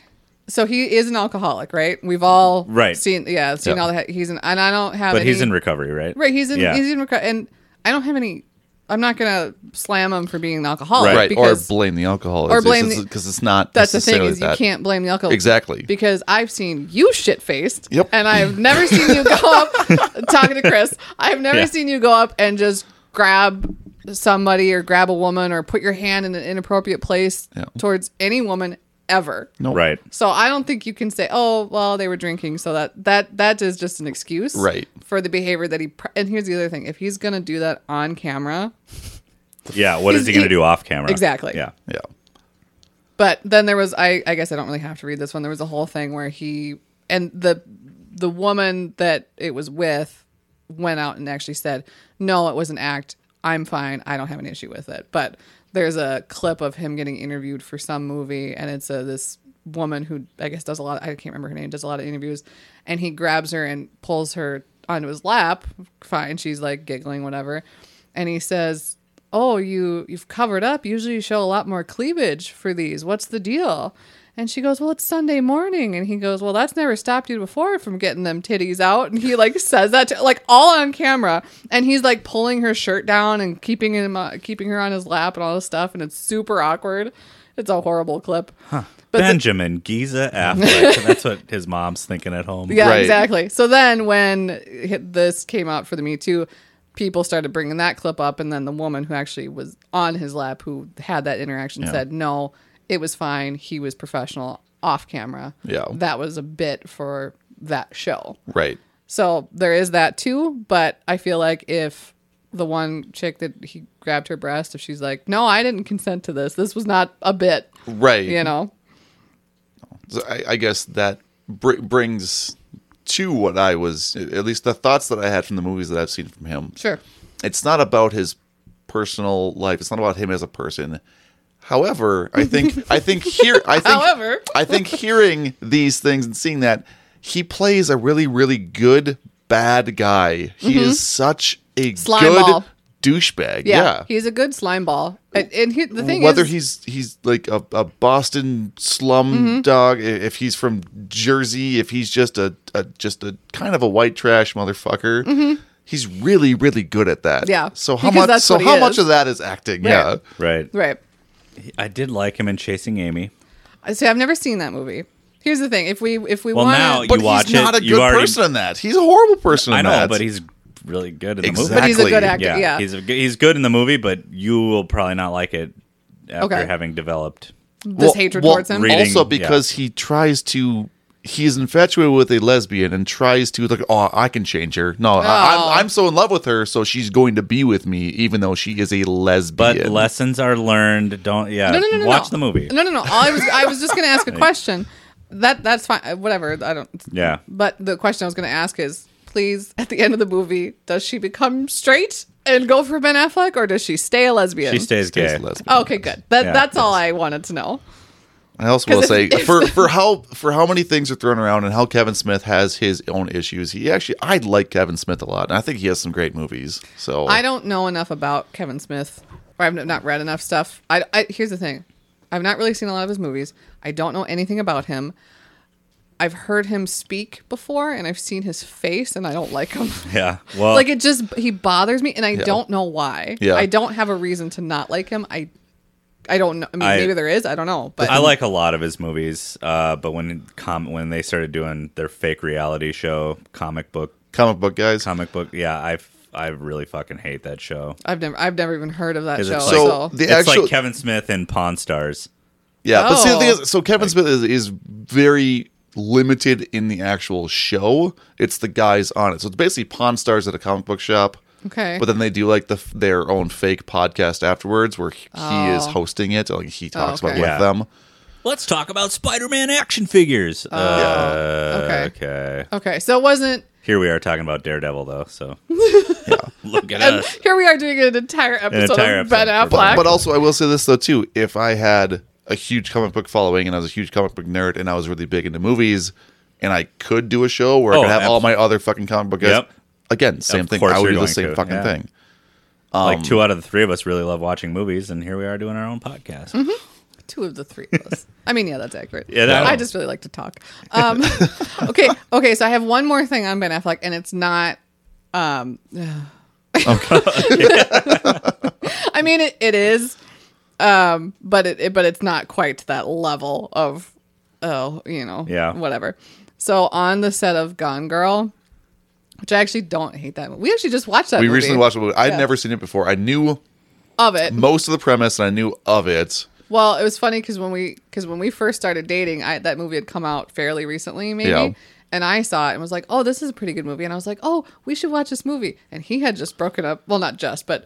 Speaker 5: so he is an alcoholic right we've all
Speaker 3: Right.
Speaker 5: seen yeah seen
Speaker 4: Yeah.
Speaker 5: all the he's an and i don't have
Speaker 3: But he's
Speaker 5: any-
Speaker 3: in recovery, right?
Speaker 5: Right, he's in
Speaker 3: Yeah.
Speaker 5: he's in reco- and I don't have any I'm not going to slam him for being an alcoholic
Speaker 3: Right.
Speaker 4: Right, or
Speaker 5: because
Speaker 4: blame the alcohol,
Speaker 5: or blame the-
Speaker 4: because it's not.
Speaker 5: that's the thing
Speaker 4: necessarily
Speaker 5: is you
Speaker 4: that.
Speaker 5: can't blame the alcohol.
Speaker 4: Exactly.
Speaker 5: Because I've seen you shit-faced
Speaker 4: Yep.
Speaker 5: and I've never seen you go up talking to Chris. I've never
Speaker 3: Yeah.
Speaker 5: seen you go up and just grab somebody or grab a woman or put your hand in an inappropriate place
Speaker 4: Yeah.
Speaker 5: towards any woman ever.
Speaker 4: No.
Speaker 3: Right.
Speaker 5: So I don't think you can say, "Oh, well, they were drinking," so that that that is just an excuse,
Speaker 4: Right.
Speaker 5: for the behavior that he. Pr- and here's the other thing: if he's gonna do that on camera,
Speaker 3: Yeah. What is he
Speaker 5: He's-
Speaker 3: going to do off camera?
Speaker 5: Exactly.
Speaker 3: Yeah.
Speaker 4: Yeah.
Speaker 5: but then there was I, I guess I don't really have to read this one. There was a whole thing where he and the the woman that it was with went out and actually said, "No, it was an act. I'm fine. I don't have an issue with it." But there's a clip of him getting interviewed for some movie, and it's a this woman who I guess does a lot. I can't remember her name. Does a lot of interviews, and he grabs her and pulls her onto his lap. Fine, she's like giggling, whatever, and he says, oh you you've covered up usually you show a lot more cleavage for these what's the deal and she goes well it's sunday morning and he goes well that's never stopped you before from getting them titties out and he like says that to, like all on camera and he's like pulling her shirt down and keeping him uh, keeping her on his lap and all this stuff and it's super awkward it's a horrible clip but the-
Speaker 3: Benjamin Giza Affleck. that's what his mom's thinking at home.
Speaker 5: yeah,
Speaker 4: Right.
Speaker 5: exactly. So then when hit- this came out for the Me Too, people started bringing that clip up, and then the woman who actually was on his lap, who had that interaction, said, "No, it was fine. He was professional off camera.
Speaker 4: Yeah.
Speaker 5: that was a bit for that show.
Speaker 4: Right.
Speaker 5: So there is that too. But I feel like if the one chick that he grabbed her breast, if she's like, "No, I didn't consent to this. This was not a bit,"
Speaker 4: Right.
Speaker 5: you know,
Speaker 4: So I, I guess that br- brings to what I was, at least the thoughts that I had from the movies that I've seen from him.
Speaker 5: sure,
Speaker 4: It's not about his personal life. It's not about him as a person. However, I think I think here I think
Speaker 5: However.
Speaker 4: I think hearing these things and seeing that he plays a really really good bad guy. He is such a
Speaker 5: Mm-hmm. Slime
Speaker 4: good
Speaker 5: ball.
Speaker 4: douchebag.
Speaker 5: yeah,
Speaker 4: Yeah.
Speaker 5: he's a good slime ball. And, and he, the thing
Speaker 4: whether
Speaker 5: is,
Speaker 4: he's he's like a, a Boston slum
Speaker 5: Mm-hmm.
Speaker 4: dog, i- if he's from Jersey, if he's just a, a just a kind of a white trash motherfucker, he's really really good at that.
Speaker 5: Mm-hmm. Yeah,
Speaker 4: So how
Speaker 5: because
Speaker 4: much?
Speaker 5: that's
Speaker 4: So
Speaker 5: what he
Speaker 4: how
Speaker 5: is.
Speaker 4: much of that is acting? Yeah.
Speaker 3: Right.
Speaker 5: right.
Speaker 3: I did like him in Chasing Amy.
Speaker 5: I say I've never seen that movie. Here's the thing: if we if we
Speaker 3: Well,
Speaker 5: want,
Speaker 3: now
Speaker 4: But
Speaker 3: You watch
Speaker 4: he's not
Speaker 3: it,
Speaker 4: a
Speaker 3: you
Speaker 4: good
Speaker 3: already-
Speaker 4: person in that. He's a horrible person.
Speaker 3: I
Speaker 4: in
Speaker 3: know,
Speaker 4: that.
Speaker 3: but he's really good in the
Speaker 5: But
Speaker 3: movie.
Speaker 5: he's a
Speaker 4: Exactly.
Speaker 5: good actor. Yeah.
Speaker 3: he's a, he's good in the movie, but you will probably not like it after
Speaker 5: Okay.
Speaker 3: having developed.
Speaker 5: this hatred towards him.
Speaker 3: reading-
Speaker 4: Also, because he tries to, he is infatuated with a lesbian and tries to like, oh, I can change her. No, I,
Speaker 5: Oh.
Speaker 4: I'm, I'm so in love with her, so she's going to be with me, even though she is a
Speaker 3: But
Speaker 4: lesbian.
Speaker 3: lessons are learned. Don't yeah.
Speaker 5: No, no, no, no.
Speaker 3: watch
Speaker 5: no.
Speaker 3: the movie.
Speaker 5: No, no, no. All I was I was just going to ask a question. That that's fine. Uh, Whatever. I don't.
Speaker 3: Yeah.
Speaker 5: But the question I was going to ask is, please, at the end of the movie, does she become straight and go for Ben Affleck, or does she stay a lesbian?
Speaker 3: She stays
Speaker 4: She's
Speaker 3: gay.
Speaker 4: a lesbian.
Speaker 5: Oh, Okay, good. That
Speaker 3: Yeah,
Speaker 5: that's all I wanted to know.
Speaker 4: I also will
Speaker 5: 'Cause
Speaker 4: say
Speaker 5: if- if-
Speaker 4: for for how for how many things are thrown around and how Kevin Smith has his own issues. He actually I like Kevin Smith a lot, and I think he has some great movies. So
Speaker 5: I don't know enough about Kevin Smith, or I've not read enough stuff. I, I here's the thing, I've not really seen a lot of his movies. I don't know anything about him. I've heard him speak before, and I've seen his face, and I don't like him.
Speaker 3: Yeah. Well,
Speaker 5: like it just he bothers me, and I don't know why.
Speaker 4: Yeah.
Speaker 5: I don't have a reason to not like him. I, I don't know. I mean,
Speaker 3: I-
Speaker 5: maybe there is. I don't know. But
Speaker 3: I like a lot of his movies, uh, but when com- when they started doing their fake reality show, comic book,
Speaker 4: comic book guys.
Speaker 3: comic book, yeah, I f- I really fucking hate that show.
Speaker 5: I've never, I've never even heard of that
Speaker 3: Is
Speaker 5: show.
Speaker 3: it
Speaker 5: So,
Speaker 3: like-
Speaker 4: so the
Speaker 3: it's
Speaker 4: actual
Speaker 3: like Kevin Smith and Pawn Stars.
Speaker 4: yeah, but see the thing
Speaker 5: Oh.
Speaker 4: is, so Kevin Smith is, is very limited in the actual show. It's the guys on it, so it's basically Pawn Stars at a comic book shop.
Speaker 5: okay,
Speaker 4: But then they do like the f- their own fake podcast afterwards, where he, he is hosting it. Like he talks
Speaker 5: Oh. okay.
Speaker 4: about with
Speaker 3: Yeah.
Speaker 4: them.
Speaker 3: Let's talk about Spider-Man action figures. uh,
Speaker 5: Oh, okay.
Speaker 3: okay.
Speaker 5: okay. So it wasn't.
Speaker 3: Here we are talking about Daredevil, though. So look at
Speaker 5: And
Speaker 3: us.
Speaker 5: here we are doing an entire episode
Speaker 3: entire
Speaker 5: of Ben
Speaker 3: episode for
Speaker 5: Affleck.
Speaker 3: Ben.
Speaker 4: But also, I will say this though too: if I had a huge comic book following and I was a huge comic book nerd and I was really big into movies, and I could do a show where
Speaker 3: Oh,
Speaker 4: I could have all
Speaker 3: abso-
Speaker 4: my other fucking comic book guys,
Speaker 3: Yep.
Speaker 4: again, same thing.
Speaker 3: course
Speaker 4: I would
Speaker 3: you're
Speaker 4: do the
Speaker 3: going
Speaker 4: same
Speaker 3: to,
Speaker 4: fucking
Speaker 3: yeah.
Speaker 4: thing. Um,
Speaker 3: like two out of the three of us really love watching movies, and here we are doing our own podcast.
Speaker 5: two of the three of us. I mean, yeah, that's accurate.
Speaker 3: Yeah, that-
Speaker 5: I just really like to talk. Um, okay, okay. So I have one more thing on Ben Affleck, and it's not. Um, I mean, it, it is, um, but it, it but it's not quite to that level of oh, you know,
Speaker 3: Yeah.
Speaker 5: whatever. So on the set of Gone Girl, which I actually don't hate that. mo- We actually just watched that.
Speaker 4: We
Speaker 5: movie
Speaker 4: recently watched a movie. I'd
Speaker 5: Yeah.
Speaker 4: never seen it before. I knew
Speaker 5: of it.
Speaker 4: most of the premise and I knew of it.
Speaker 5: Well, it was funny because when we because when we first started dating, I that movie had come out fairly recently, maybe.
Speaker 4: Yeah.
Speaker 5: And I saw it and was like, "Oh, this is a pretty good movie." And I was like, "Oh, we should watch this movie." And he had just broken up. Well, not just, but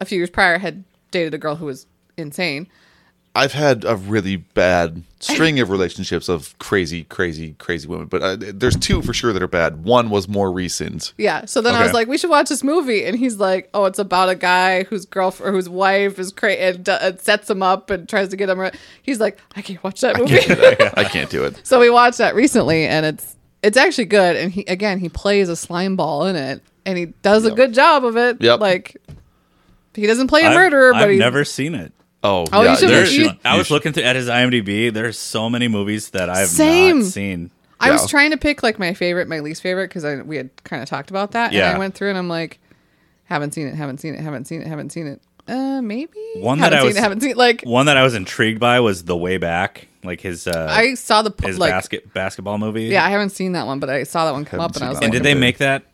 Speaker 5: a few years prior, had dated a girl who was insane.
Speaker 4: I've had a really bad string of relationships of crazy, crazy, crazy women, but uh, there's two for sure that are bad. One was more recent.
Speaker 5: Yeah. So then I was
Speaker 3: Okay.
Speaker 5: like, "We should watch this movie." And he's like, "Oh, it's about a guy whose girlfriend, or whose wife is crazy and uh, sets him up and tries to get him." Re-. He's like, "I can't watch that movie."
Speaker 4: I can't do it.
Speaker 5: So we watched that recently, and it's it's actually good. And he again, he plays a slime ball in it, and he does a good job of it.
Speaker 4: Yep.
Speaker 5: Like he doesn't play a
Speaker 3: I've-
Speaker 5: murderer,
Speaker 3: I've,
Speaker 5: but he's
Speaker 3: never seen it.
Speaker 4: Oh,
Speaker 5: Oh, you
Speaker 4: yeah,
Speaker 5: should-
Speaker 4: there-
Speaker 3: There's,
Speaker 5: you-
Speaker 3: I was looking through at his IMDb. There's so many movies that I've
Speaker 5: Same.
Speaker 3: not seen.
Speaker 5: I was
Speaker 4: Yeah.
Speaker 5: trying to pick like my favorite, my least favorite, because we had kind of talked about that. And
Speaker 3: Yeah.
Speaker 5: I went through, and I'm like, haven't seen it, haven't seen it, haven't seen it, haven't seen it. Uh, maybe
Speaker 3: One that
Speaker 5: haven't
Speaker 3: I
Speaker 5: seen
Speaker 3: was-
Speaker 5: it, haven't seen it. like.
Speaker 3: One that I was intrigued by was The Way Back, like his uh,
Speaker 5: I saw the po-
Speaker 3: his
Speaker 5: like
Speaker 3: basket basketball movie.
Speaker 5: yeah, I haven't seen that one, but I saw that one come up, and I was
Speaker 3: and
Speaker 5: like,
Speaker 3: did they make that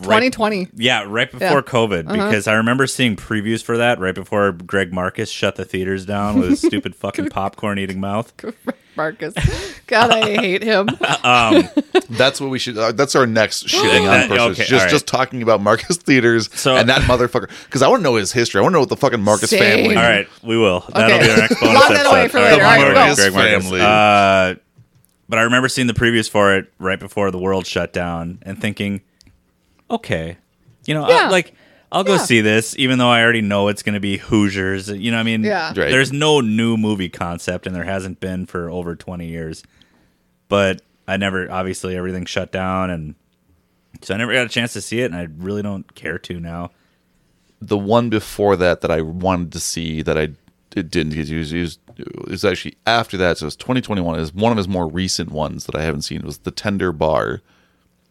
Speaker 3: right-
Speaker 5: 2020.
Speaker 3: Yeah, right before COVID,
Speaker 5: Uh-huh.
Speaker 3: because I remember seeing previews for that right before Greg Marcus shut the theaters down with his stupid fucking popcorn eating mouth.
Speaker 5: Marcus, God, I hate him.
Speaker 4: That's what we should. Uh, that's our next shitting on
Speaker 3: That-
Speaker 4: person.
Speaker 3: okay,
Speaker 4: just
Speaker 3: alright.
Speaker 4: just talking about Marcus Theaters
Speaker 3: So-
Speaker 4: and that motherfucker. Because I want to know his history. I want to know what the fucking Marcus
Speaker 5: Same.
Speaker 4: family.
Speaker 3: All right, we will. That'll be our next bonus
Speaker 5: Lock that
Speaker 3: episode.
Speaker 5: away for
Speaker 3: All
Speaker 5: later. All right,
Speaker 3: Greg
Speaker 5: go.
Speaker 3: Marcus, Greg Marcus.
Speaker 4: Family.
Speaker 3: Uh, but I remember seeing the previews for it right before the world shut down and thinking, okay, you know,
Speaker 5: Yeah.
Speaker 3: I, like I'll go
Speaker 5: Yeah.
Speaker 3: see this, even though I already know it's going to be Hoosiers. You know, what I mean,
Speaker 5: Yeah.
Speaker 4: Right.
Speaker 3: there's no new movie concept, and there hasn't been for over 20 years. But I never, obviously, everything shut down, and so I never got a chance to see it, and I really don't care to now.
Speaker 4: The one before that that I wanted to see that I it didn't get to use is actually after that. So it's 2021 is one of his more recent ones that I haven't seen. It was the Tender Bar.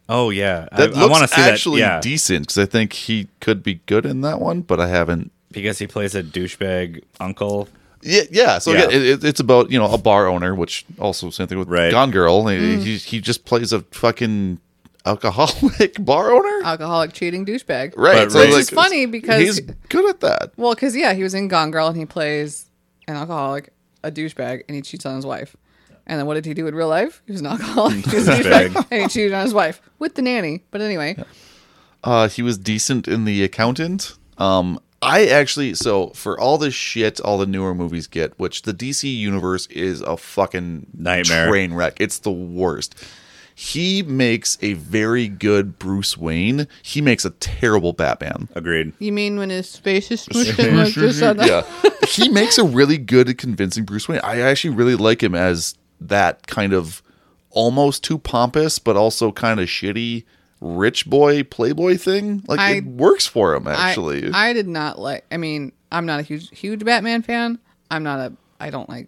Speaker 3: Oh yeah,
Speaker 4: That
Speaker 3: I, I want to
Speaker 4: looks
Speaker 3: see
Speaker 4: actually
Speaker 3: that. Yeah.
Speaker 4: decent because I think he could be good in that one, but I haven't
Speaker 3: because he plays a douchebag uncle.
Speaker 4: Yeah, yeah. So
Speaker 3: Yeah.
Speaker 4: yeah, it, it, it's about you know a bar owner, which also same thing with
Speaker 3: Right.
Speaker 4: Gone Girl. He, he he just plays a fucking alcoholic bar owner.
Speaker 5: alcoholic cheating douchebag.
Speaker 4: Right.
Speaker 3: But Which
Speaker 4: it's
Speaker 3: is
Speaker 5: funny because-
Speaker 4: he's good at that.
Speaker 5: Well, because yeah, he was in Gone Girl and he plays an alcoholic, a douchebag, and he cheats on his wife. And then what did he do in real life? He was an alcoholic, he was a douchebag,
Speaker 3: Douchebag.
Speaker 5: and he cheated on his wife with the nanny. But anyway,
Speaker 4: Uh, he was decent in The Accountant. Um, I actually so for all the shit all the newer movies get, which the DC universe is a fucking
Speaker 3: Nightmare.
Speaker 4: train wreck. It's the worst. He makes a very good Bruce Wayne. He makes a terrible Batman.
Speaker 3: Agreed.
Speaker 5: you mean when his face is smooshed in like this on the-
Speaker 4: Yeah, he makes a really good convincing Bruce Wayne. I actually really like him as that kind of almost too pompous, but also kind of shitty rich boy playboy thing. Like
Speaker 5: I-
Speaker 4: it works for him
Speaker 5: I-
Speaker 4: actually.
Speaker 5: I, did not like. I mean, I'm not a huge huge Batman fan. I'm not a. I don't like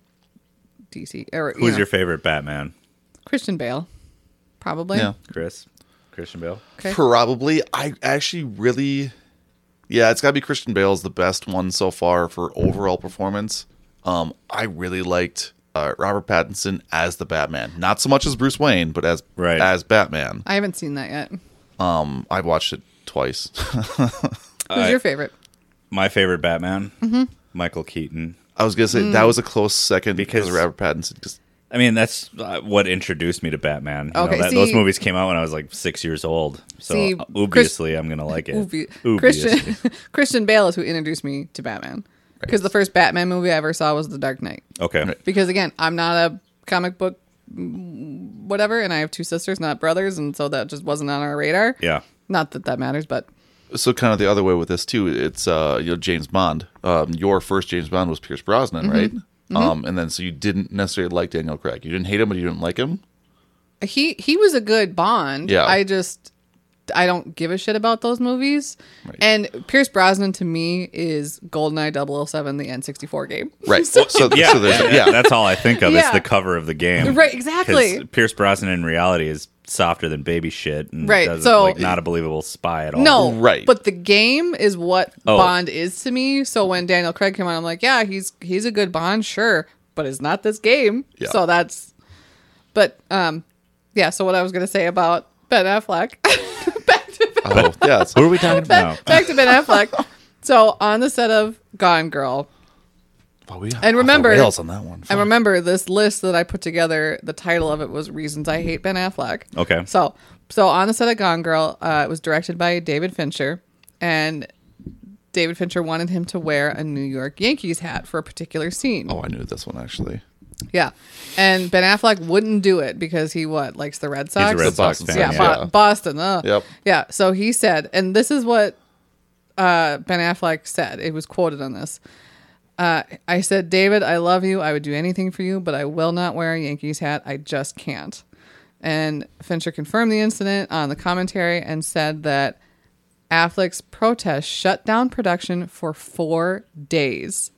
Speaker 5: DC or you
Speaker 3: Who's
Speaker 5: know,
Speaker 3: your favorite Batman?
Speaker 5: Christian Bale, probably.
Speaker 4: Yeah.
Speaker 3: Chris? Christian Bale?
Speaker 5: Okay.
Speaker 4: Probably. I actually really, yeah, it's got to be Christian Bale's the best one so far for overall performance. Um, I really liked uh, Robert Pattinson as the Batman, not so much as Bruce Wayne, but as
Speaker 3: Right.
Speaker 4: as Batman.
Speaker 5: I haven't seen that yet. Who's
Speaker 4: Um, I watched it twice.
Speaker 5: your favorite?
Speaker 3: My favorite Batman?
Speaker 5: Mm-hmm.
Speaker 3: Michael Keaton.
Speaker 4: I was gonna say that was a close second because,
Speaker 3: Because-
Speaker 4: of Robert Pattinson. Because
Speaker 3: I mean, that's uh, what introduced me to Batman. You
Speaker 5: Okay,
Speaker 3: know, that,
Speaker 5: see-
Speaker 3: those movies came out when I was like six years old. So
Speaker 5: See,
Speaker 3: uh,
Speaker 5: Chris-
Speaker 3: obviously, I'm going to like it.
Speaker 5: Obvi-
Speaker 3: Obviously.
Speaker 5: Christian Christian Bale is who introduced me to Batman because the first Batman movie I ever saw was The Dark Knight.
Speaker 3: Okay.
Speaker 5: Because again, I'm not a comic book whatever, and I have two sisters, not brothers, and so that just wasn't on our radar.
Speaker 3: Yeah.
Speaker 5: Not that that matters, but
Speaker 4: so kind of the other way with this too. It's uh, you know James Bond. Um, your first James Bond was Pierce Brosnan,
Speaker 5: Mm-hmm.
Speaker 4: right? Um, and then so you didn't necessarily like Daniel Craig. You didn't hate him, but you didn't like him.
Speaker 5: he he was a good Bond.
Speaker 4: Yeah.
Speaker 5: I just I don't give a shit about those movies. And Pierce Brosnan to me is GoldenEye 007, the N64 game.
Speaker 4: Right. so, so,
Speaker 3: Yeah,
Speaker 4: there's
Speaker 3: yeah,
Speaker 4: yeah.
Speaker 3: that's all I think of.
Speaker 5: Yeah.
Speaker 3: It's the cover of the game,
Speaker 5: Right, exactly.
Speaker 3: 'Cause Pierce Brosnan in reality is softer than baby shit, and
Speaker 5: Right,
Speaker 3: doesn't-
Speaker 5: so-
Speaker 3: like not a believable spy at all.
Speaker 5: No,
Speaker 4: Right.
Speaker 5: But the game is what
Speaker 3: Oh.
Speaker 5: Bond is to me. So when Daniel Craig came on, I'm like, yeah, he's he's a good Bond, sure, but it's not this game.
Speaker 4: Yeah.
Speaker 5: So that's. But um, yeah. So what I was gonna say about Ben Affleck, back to
Speaker 4: Oh, yeah. it's-
Speaker 3: Who are we talking about?
Speaker 5: back to Ben Affleck. So on the set of Gone Girl,
Speaker 4: Wow, we got
Speaker 5: And
Speaker 4: off
Speaker 5: remember-
Speaker 4: the rails on that one.
Speaker 5: and remember this list that I put together. The title of it was "Reasons I Hate Ben Affleck."
Speaker 3: Okay.
Speaker 5: So, so on the set of Gone Girl, uh, it was directed by David Fincher, and David Fincher wanted him to wear a New York Yankees hat for a particular scene.
Speaker 4: Oh, I knew this one actually.
Speaker 5: Yeah, and Ben Affleck wouldn't do it because he what likes the Red Sox.
Speaker 3: He's a Red
Speaker 4: The
Speaker 3: Sox
Speaker 4: Boston
Speaker 3: fan.
Speaker 5: yeah,
Speaker 4: Sox,
Speaker 3: yeah.
Speaker 5: Bo- Boston. Uh.
Speaker 4: Yep.
Speaker 5: Yeah. So he said, and this is what uh, Ben Affleck said. It was quoted on this. Uh, I said, David, I love you. I would do anything for you, but I will not wear a Yankees hat. I just can't. And Fincher confirmed the incident on the commentary and said that Affleck's protest shut down production for four days,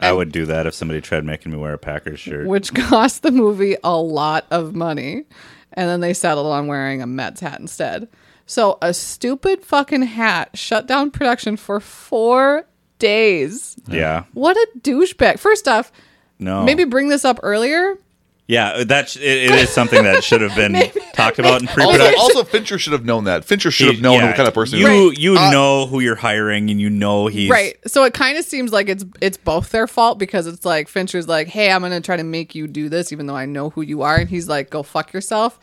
Speaker 3: I would do that if somebody tried making me wear a Packers shirt.
Speaker 5: which cost the movie a lot of money. And then they settled on wearing a Mets hat instead. So a stupid fucking hat shut down production for four days.
Speaker 3: yeah,
Speaker 5: What a douchebag. First off,
Speaker 4: Oh.
Speaker 3: no,
Speaker 5: maybe bring this up earlier.
Speaker 3: Yeah, that sh- it, it is something that should have been talked about in
Speaker 4: Also,
Speaker 3: pre-production.
Speaker 4: also, Fincher should have known that. Fincher should have known
Speaker 3: Yeah,
Speaker 4: what kind of person he
Speaker 3: you
Speaker 4: was.
Speaker 5: Right. Uh,
Speaker 3: you know who you're hiring, and you know he's
Speaker 5: Right. So it kind of seems like it's it's both their fault because it's like Fincher's like, "Hey, I'm going to try to make you do this even though I know who you are." And he's like, "Go fuck yourself."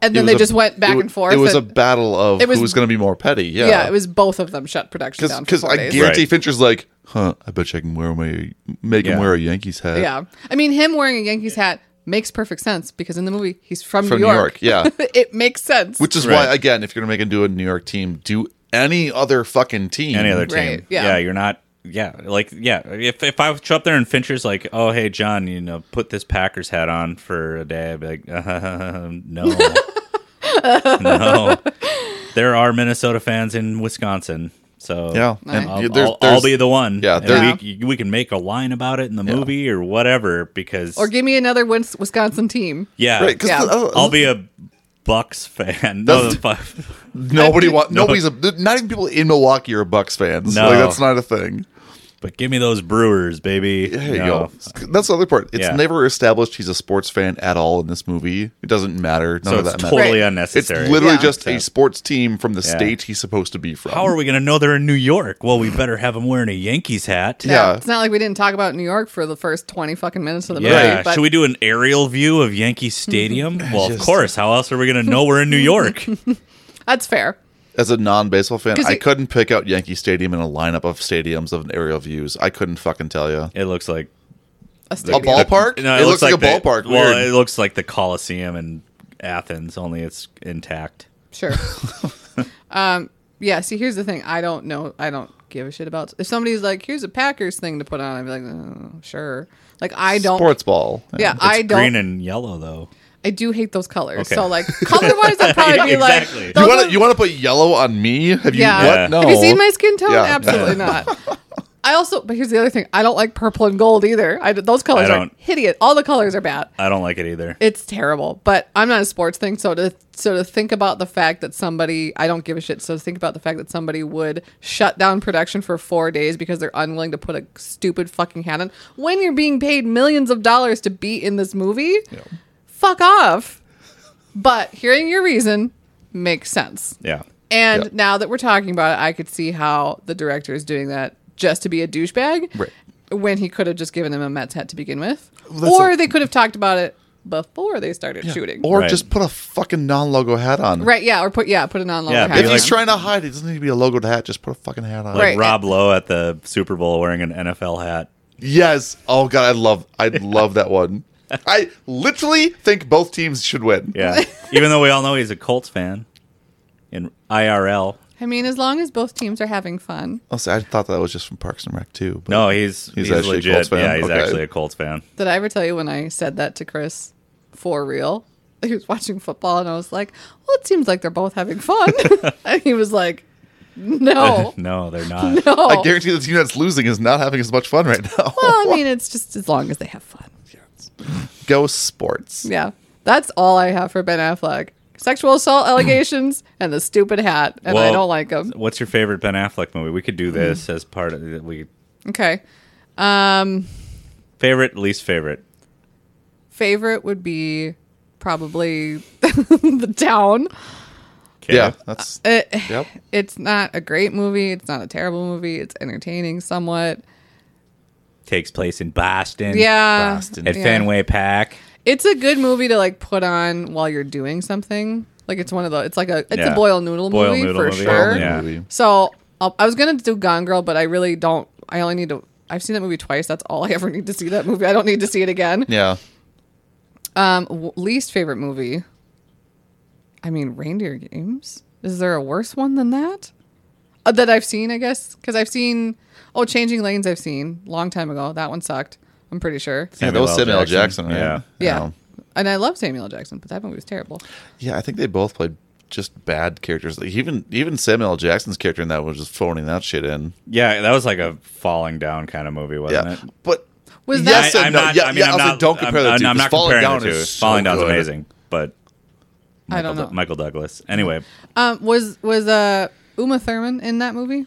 Speaker 5: And
Speaker 4: It
Speaker 5: then
Speaker 4: was
Speaker 5: they
Speaker 4: a-
Speaker 5: just went back
Speaker 4: it wa-
Speaker 5: and forth.
Speaker 4: It was a
Speaker 5: and-
Speaker 4: battle of
Speaker 5: It was-
Speaker 4: who was going to be more petty. Yeah,
Speaker 5: yeah. it was both of them shut production down for
Speaker 4: because
Speaker 5: four
Speaker 4: I
Speaker 5: days.
Speaker 4: guarantee
Speaker 3: Right.
Speaker 4: Fincher's like, huh? I bet you I can wear my make him
Speaker 3: Yeah.
Speaker 4: wear a Yankees hat.
Speaker 5: Yeah. I mean, him wearing a Yankees hat makes perfect sense because in the movie he's from,
Speaker 4: from
Speaker 5: New York.
Speaker 4: yeah.
Speaker 5: it makes sense.
Speaker 4: Which is
Speaker 3: Right.
Speaker 4: why, again, if you're going to make him do a New York team, do any other fucking team.
Speaker 3: any other team.
Speaker 5: Right, yeah.
Speaker 3: yeah. you're not. Yeah, like yeah. If if I show up there and Fincher's like, oh hey John, you know, put this Packers hat on for a day, I'd be like, uh, no, no. There are Minnesota fans in Wisconsin, so
Speaker 4: Yeah, and
Speaker 5: Right.
Speaker 3: I'll,
Speaker 4: there's-
Speaker 3: I'll-
Speaker 4: there's-
Speaker 3: I'll be the one.
Speaker 4: Yeah,
Speaker 3: and
Speaker 4: there-
Speaker 3: we, we can make a line about it in the movie or whatever because
Speaker 5: or give me another Wins- Wisconsin team.
Speaker 3: yeah,
Speaker 4: Right, 'cause
Speaker 5: Yeah.
Speaker 4: the- uh,
Speaker 3: I'll be a Bucks fan. No,
Speaker 4: That's-
Speaker 3: the Buc-
Speaker 4: nobody. wa- nobody's a, not even people in Milwaukee are Bucks fans.
Speaker 3: No.
Speaker 4: Like that's not a thing.
Speaker 3: But give me those Brewers, baby.
Speaker 4: There you
Speaker 3: No.
Speaker 4: go. That's the other part. It's
Speaker 3: Yeah.
Speaker 4: never established he's a sports fan at all in this movie. It doesn't matter. None
Speaker 3: So
Speaker 4: of
Speaker 3: it's
Speaker 4: that matters.
Speaker 3: totally
Speaker 5: Right.
Speaker 4: It's
Speaker 3: unnecessary.
Speaker 4: literally
Speaker 5: Yeah.
Speaker 4: just a sports team from the
Speaker 3: Yeah.
Speaker 4: state he's supposed to be from.
Speaker 3: How are we going to know they're in New York? Well, we better have them wearing a Yankees hat.
Speaker 4: Yeah.
Speaker 5: It's not like we didn't talk about New York for the first 20 fucking minutes of the movie.
Speaker 3: Yeah.
Speaker 5: But
Speaker 3: Should we do an aerial view of Yankee Stadium? Well, of
Speaker 4: Just-
Speaker 3: course. How else are we going to know we're in New York?
Speaker 5: that's fair.
Speaker 4: As a non-baseball fan,
Speaker 5: 'Cause
Speaker 4: I
Speaker 5: it-
Speaker 4: couldn't pick out Yankee Stadium in a lineup of stadiums of aerial views. I couldn't fucking tell you.
Speaker 3: it looks like
Speaker 5: A
Speaker 4: A
Speaker 5: stadium.
Speaker 4: ballpark?
Speaker 3: no,
Speaker 4: it, looks like, a
Speaker 3: the-
Speaker 4: ballpark.
Speaker 3: Well,
Speaker 4: Weird.
Speaker 3: it looks like the Coliseum in Athens, only it's intact.
Speaker 5: Sure. um, yeah, see, here's the thing. I don't know. I don't give a shit about. If somebody's like, here's a Packers thing to put on, I'd be like, "Uh, sure. Like, I don't.
Speaker 4: sports ball.
Speaker 5: Yeah,
Speaker 3: It's
Speaker 5: I don't.
Speaker 3: green and yellow though.
Speaker 5: I do hate those colors.
Speaker 3: Okay.
Speaker 5: So, like, color wise, I'd probably be
Speaker 3: Yeah,
Speaker 5: like,
Speaker 3: exactly. You
Speaker 5: those
Speaker 4: You want
Speaker 5: are-
Speaker 4: to you want to put yellow on me? Have you
Speaker 5: Yeah.
Speaker 4: what? No.
Speaker 5: Have you seen my skin tone?
Speaker 4: Yeah.
Speaker 5: Absolutely not. I also, but here's the other thing. I don't like purple and gold either. I, those colors
Speaker 3: I
Speaker 5: are
Speaker 3: don't.
Speaker 5: hideous. All the colors are bad.
Speaker 3: I don't like it either.
Speaker 5: It's terrible. But I'm not a sports thing, so to so to think about the fact that somebody I don't give a shit. So to think about the fact that somebody would shut down production for four days because they're unwilling to put a stupid fucking hat on when you're being paid millions of dollars to be in this movie. Fuck off. But hearing your reason makes sense.
Speaker 3: yeah.
Speaker 5: And
Speaker 4: Yep.
Speaker 5: now that we're talking about it, I could see how the director is doing that just to be a douchebag.
Speaker 4: Right.
Speaker 5: When he could have just given him a Mets hat to begin with.
Speaker 4: that's
Speaker 5: or
Speaker 4: a-
Speaker 5: they could have talked about it before they started shooting.
Speaker 4: Or
Speaker 3: Right.
Speaker 4: just put a fucking non-logo hat on.
Speaker 5: right, yeah, or put yeah, put it on long
Speaker 3: Yeah,
Speaker 5: hat.
Speaker 3: be
Speaker 4: If
Speaker 3: like-
Speaker 4: he's trying to hide, it doesn't need to be a logoed hat. Just put a fucking hat on.
Speaker 3: Like
Speaker 5: Right.
Speaker 3: Rob Lowe at the Super Bowl wearing an NFL hat.
Speaker 4: Yes. Oh god, I love I love that one. I literally think both teams should win.
Speaker 3: Yeah. Even though we all know he's a Colts fan in IRL.
Speaker 5: I mean, as long as both teams are having fun,
Speaker 4: Also, I thought that was just from Parks and Rec too. But
Speaker 3: No, he's he's,
Speaker 4: actually a
Speaker 3: legit.
Speaker 4: Colts fan?
Speaker 3: Yeah, he's
Speaker 4: Okay.
Speaker 3: actually a Colts fan.
Speaker 5: did I ever tell you when I said that to Chris for real? He was watching football and I was like, Well, it seems like they're both having fun. and he was like, No.
Speaker 3: no, they're not.
Speaker 5: No.
Speaker 4: I guarantee the team that's losing is not having as much fun right now.
Speaker 5: well, I mean, it's just as long as they have fun.
Speaker 4: Go sports.
Speaker 5: Yeah. That's all I have for Ben Affleck. Sexual assault allegations and the stupid hat, and I
Speaker 3: Well-
Speaker 5: don't like him.
Speaker 3: What's your favorite Ben Affleck movie? We could do this
Speaker 5: Mm-hmm.
Speaker 3: as part of we
Speaker 5: Okay. Um
Speaker 3: favorite least favorite.
Speaker 5: favorite would be probably The Town.
Speaker 3: Okay.
Speaker 4: Yeah, Uh, that's
Speaker 3: Eh.
Speaker 5: It,
Speaker 4: Yep.
Speaker 5: It's not a great movie, it's not a terrible movie, it's entertaining somewhat.
Speaker 3: Takes place in Boston.
Speaker 5: Yeah.
Speaker 4: Boston.
Speaker 3: At
Speaker 5: Yeah.
Speaker 3: Fenway Pack.
Speaker 5: It's a good movie to like put on while you're doing something. Like it's one of the it's like a it's
Speaker 3: Yeah.
Speaker 5: a boil noodle
Speaker 3: Boil
Speaker 5: movie
Speaker 3: noodle
Speaker 5: for
Speaker 3: movie.
Speaker 5: sure.
Speaker 3: Boil noodle.
Speaker 4: yeah.
Speaker 3: Yeah.
Speaker 4: movie.
Speaker 5: So I'll, I was gonna do Gone Girl, but I really don't. I only need to. I've seen that movie twice. That's all I ever need to see that movie. I don't need to see it again.
Speaker 4: Yeah.
Speaker 5: Um, w- least favorite movie. I mean, Reindeer Games. Is there a worse one than that? Uh, that I've seen, I guess, because I've seen. Oh, Changing Lanes. I've seen long time ago. That one sucked. I'm pretty sure.
Speaker 4: Yeah, that was Samuel L. Jackson, right?
Speaker 3: Yeah.
Speaker 5: Yeah.
Speaker 4: Yeah.
Speaker 5: And I love Samuel L. Jackson, but that movie was terrible.
Speaker 4: Yeah, I think they both played just bad characters. Like even even Samuel L. Jackson's character in that was just phoning that shit in.
Speaker 3: Yeah, that was like a falling down kind of movie, wasn't
Speaker 4: yeah,
Speaker 3: it?
Speaker 4: but
Speaker 5: Was that-
Speaker 4: yes and
Speaker 3: I, I'm
Speaker 4: no.
Speaker 3: not,
Speaker 4: yeah,
Speaker 3: I mean,
Speaker 4: yeah,
Speaker 3: I'm
Speaker 4: also
Speaker 3: not,
Speaker 4: don't compare
Speaker 3: I'm,
Speaker 4: the two.
Speaker 3: I'm
Speaker 4: 'cause
Speaker 3: not
Speaker 4: falling
Speaker 3: comparing
Speaker 4: down
Speaker 3: the two.
Speaker 4: is so
Speaker 3: falling down's
Speaker 4: good.
Speaker 3: amazing, but
Speaker 5: I
Speaker 3: Michael,
Speaker 5: don't know.
Speaker 3: D- Michael Douglas. Anyway,
Speaker 5: Um, was was uh Uma Thurman in that movie?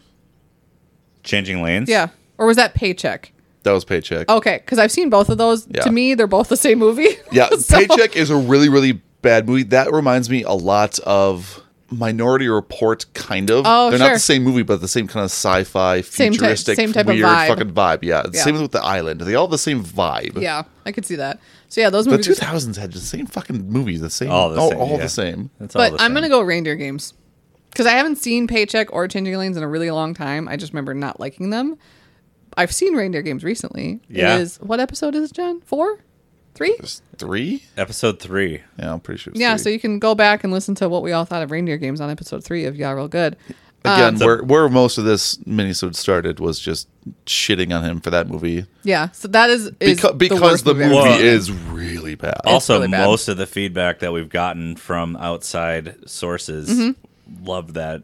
Speaker 3: changing lanes.
Speaker 5: Yeah, or was that Paycheck?
Speaker 4: That was paycheck.
Speaker 5: Okay, because I've seen both of those.
Speaker 4: Yeah.
Speaker 5: To me, they're both the same movie.
Speaker 4: Yeah,
Speaker 5: So-
Speaker 4: Paycheck is a really, really bad movie. That reminds me a lot of Minority Report, kind of.
Speaker 5: Oh,
Speaker 4: They're not
Speaker 5: sure.
Speaker 4: the same movie, but the same kind of sci-fi,
Speaker 5: Same type-
Speaker 4: futuristic,
Speaker 5: same type of
Speaker 4: weird
Speaker 5: vibe.
Speaker 4: fucking vibe. Yeah,
Speaker 5: Yeah.
Speaker 4: same with the island. They all have the same vibe.
Speaker 5: Yeah, I could see that. So yeah, those
Speaker 4: The
Speaker 5: movies.
Speaker 4: two thousands had the same fucking movies, the same,
Speaker 3: All the
Speaker 4: oh,
Speaker 3: same,
Speaker 4: all
Speaker 3: yeah.
Speaker 4: the same.
Speaker 3: That's all
Speaker 5: but
Speaker 3: the
Speaker 5: I'm
Speaker 3: same.
Speaker 5: gonna go Reindeer Games because I haven't seen Paycheck or Changing Lanes in a really long time. I just remember not liking them. I've seen Reindeer Games recently.
Speaker 3: Yeah.
Speaker 5: It is what episode is it, John? Four, three?
Speaker 4: There's three.
Speaker 3: Episode three.
Speaker 4: Yeah, I'm pretty sure. It's
Speaker 5: Yeah. So
Speaker 4: three.
Speaker 5: you can go back and listen to what we all thought of Reindeer Games on episode three of Yeah, real good. uh,
Speaker 4: again, where where most of this minisode started was just shitting on him for that movie
Speaker 5: Yeah. So that is, is
Speaker 4: because because
Speaker 5: worst
Speaker 4: the
Speaker 5: I've
Speaker 4: movie,
Speaker 5: ever seen.
Speaker 3: Whoa.
Speaker 4: is really bad.
Speaker 3: Also,
Speaker 5: really bad.
Speaker 3: most of the feedback that we've gotten from outside sources loved that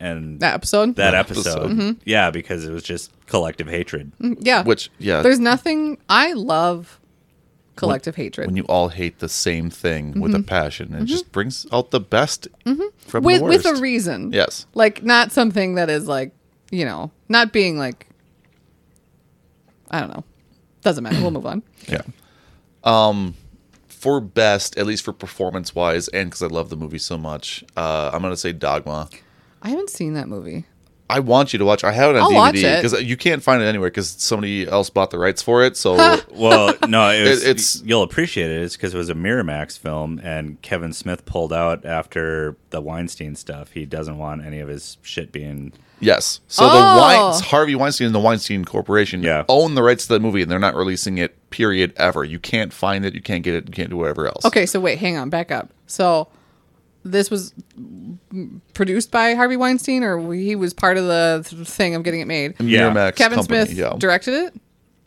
Speaker 3: and
Speaker 5: that episode.
Speaker 3: that
Speaker 4: Mm-hmm. That Mm-hmm.
Speaker 3: episode.
Speaker 4: episode.
Speaker 3: Yeah, because it was just collective hatred.
Speaker 5: yeah.
Speaker 4: Which uh, yeah,
Speaker 5: There's nothing I love collective hatred.
Speaker 4: when you all hate the same thing with a passion. It just brings out the best from
Speaker 5: Mm-hmm. with
Speaker 4: the
Speaker 5: with
Speaker 4: worst.
Speaker 5: a reason.
Speaker 4: Yes.
Speaker 5: Like not something that is like, you know, not being like I don't know. Doesn't matter. We'll move on.
Speaker 4: Yeah. Um, for best, at least for performance wise, and because I love the movie so much, uh, I'm gonna say Dogma.
Speaker 5: I haven't seen that movie.
Speaker 4: I want you to watch. I have it on
Speaker 5: I'll watch
Speaker 4: DVD
Speaker 5: it.
Speaker 4: because you can't find it anywhere because somebody else bought the rights for it. So
Speaker 3: Well, no, it was,
Speaker 4: It- it's-
Speaker 3: you'll appreciate it. It's because it was a Miramax film, and Kevin Smith pulled out after the Weinstein stuff. He doesn't want any of his shit being.
Speaker 4: yes, so
Speaker 5: Oh.
Speaker 4: the Wein- Harvey Weinstein and the Weinstein Corporation
Speaker 3: Yeah.
Speaker 4: own the rights to that movie, and they're not releasing it. Period. Ever. You can't find it. You can't get it. You can't do whatever else.
Speaker 5: Okay, so wait, hang on, back up. So this was mm, produced by Harvey Weinstein, or he was part of the th- thing of getting it made.
Speaker 3: Yeah.
Speaker 4: Miramax
Speaker 5: Kevin
Speaker 4: company,
Speaker 5: Smith
Speaker 4: yeah.
Speaker 5: directed it,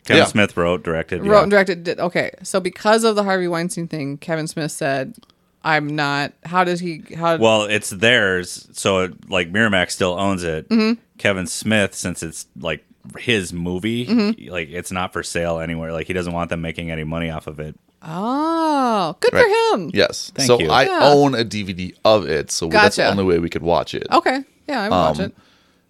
Speaker 3: Kevin
Speaker 4: Yeah.
Speaker 3: Smith wrote, directed,
Speaker 5: wrote
Speaker 3: yeah.
Speaker 5: and directed. Did, okay, so because of the Harvey Weinstein thing, Kevin Smith said, "I'm not." How did he? How?
Speaker 3: Well, it's theirs, so it, like Miramax still owns it.
Speaker 5: Mm-hmm.
Speaker 3: Kevin Smith, since it's like his movie,
Speaker 5: Mm-hmm.
Speaker 3: like it's not for sale anywhere. Like he doesn't want them making any money off of it.
Speaker 5: oh, good
Speaker 4: Right.
Speaker 5: for him.
Speaker 4: Yes.
Speaker 3: Thank
Speaker 4: so
Speaker 3: you.
Speaker 4: I
Speaker 5: Yeah.
Speaker 4: own a DVD of it, so that's the
Speaker 5: Gotcha. Oh.
Speaker 4: only way we could watch it.
Speaker 5: Okay, yeah, I would watch it.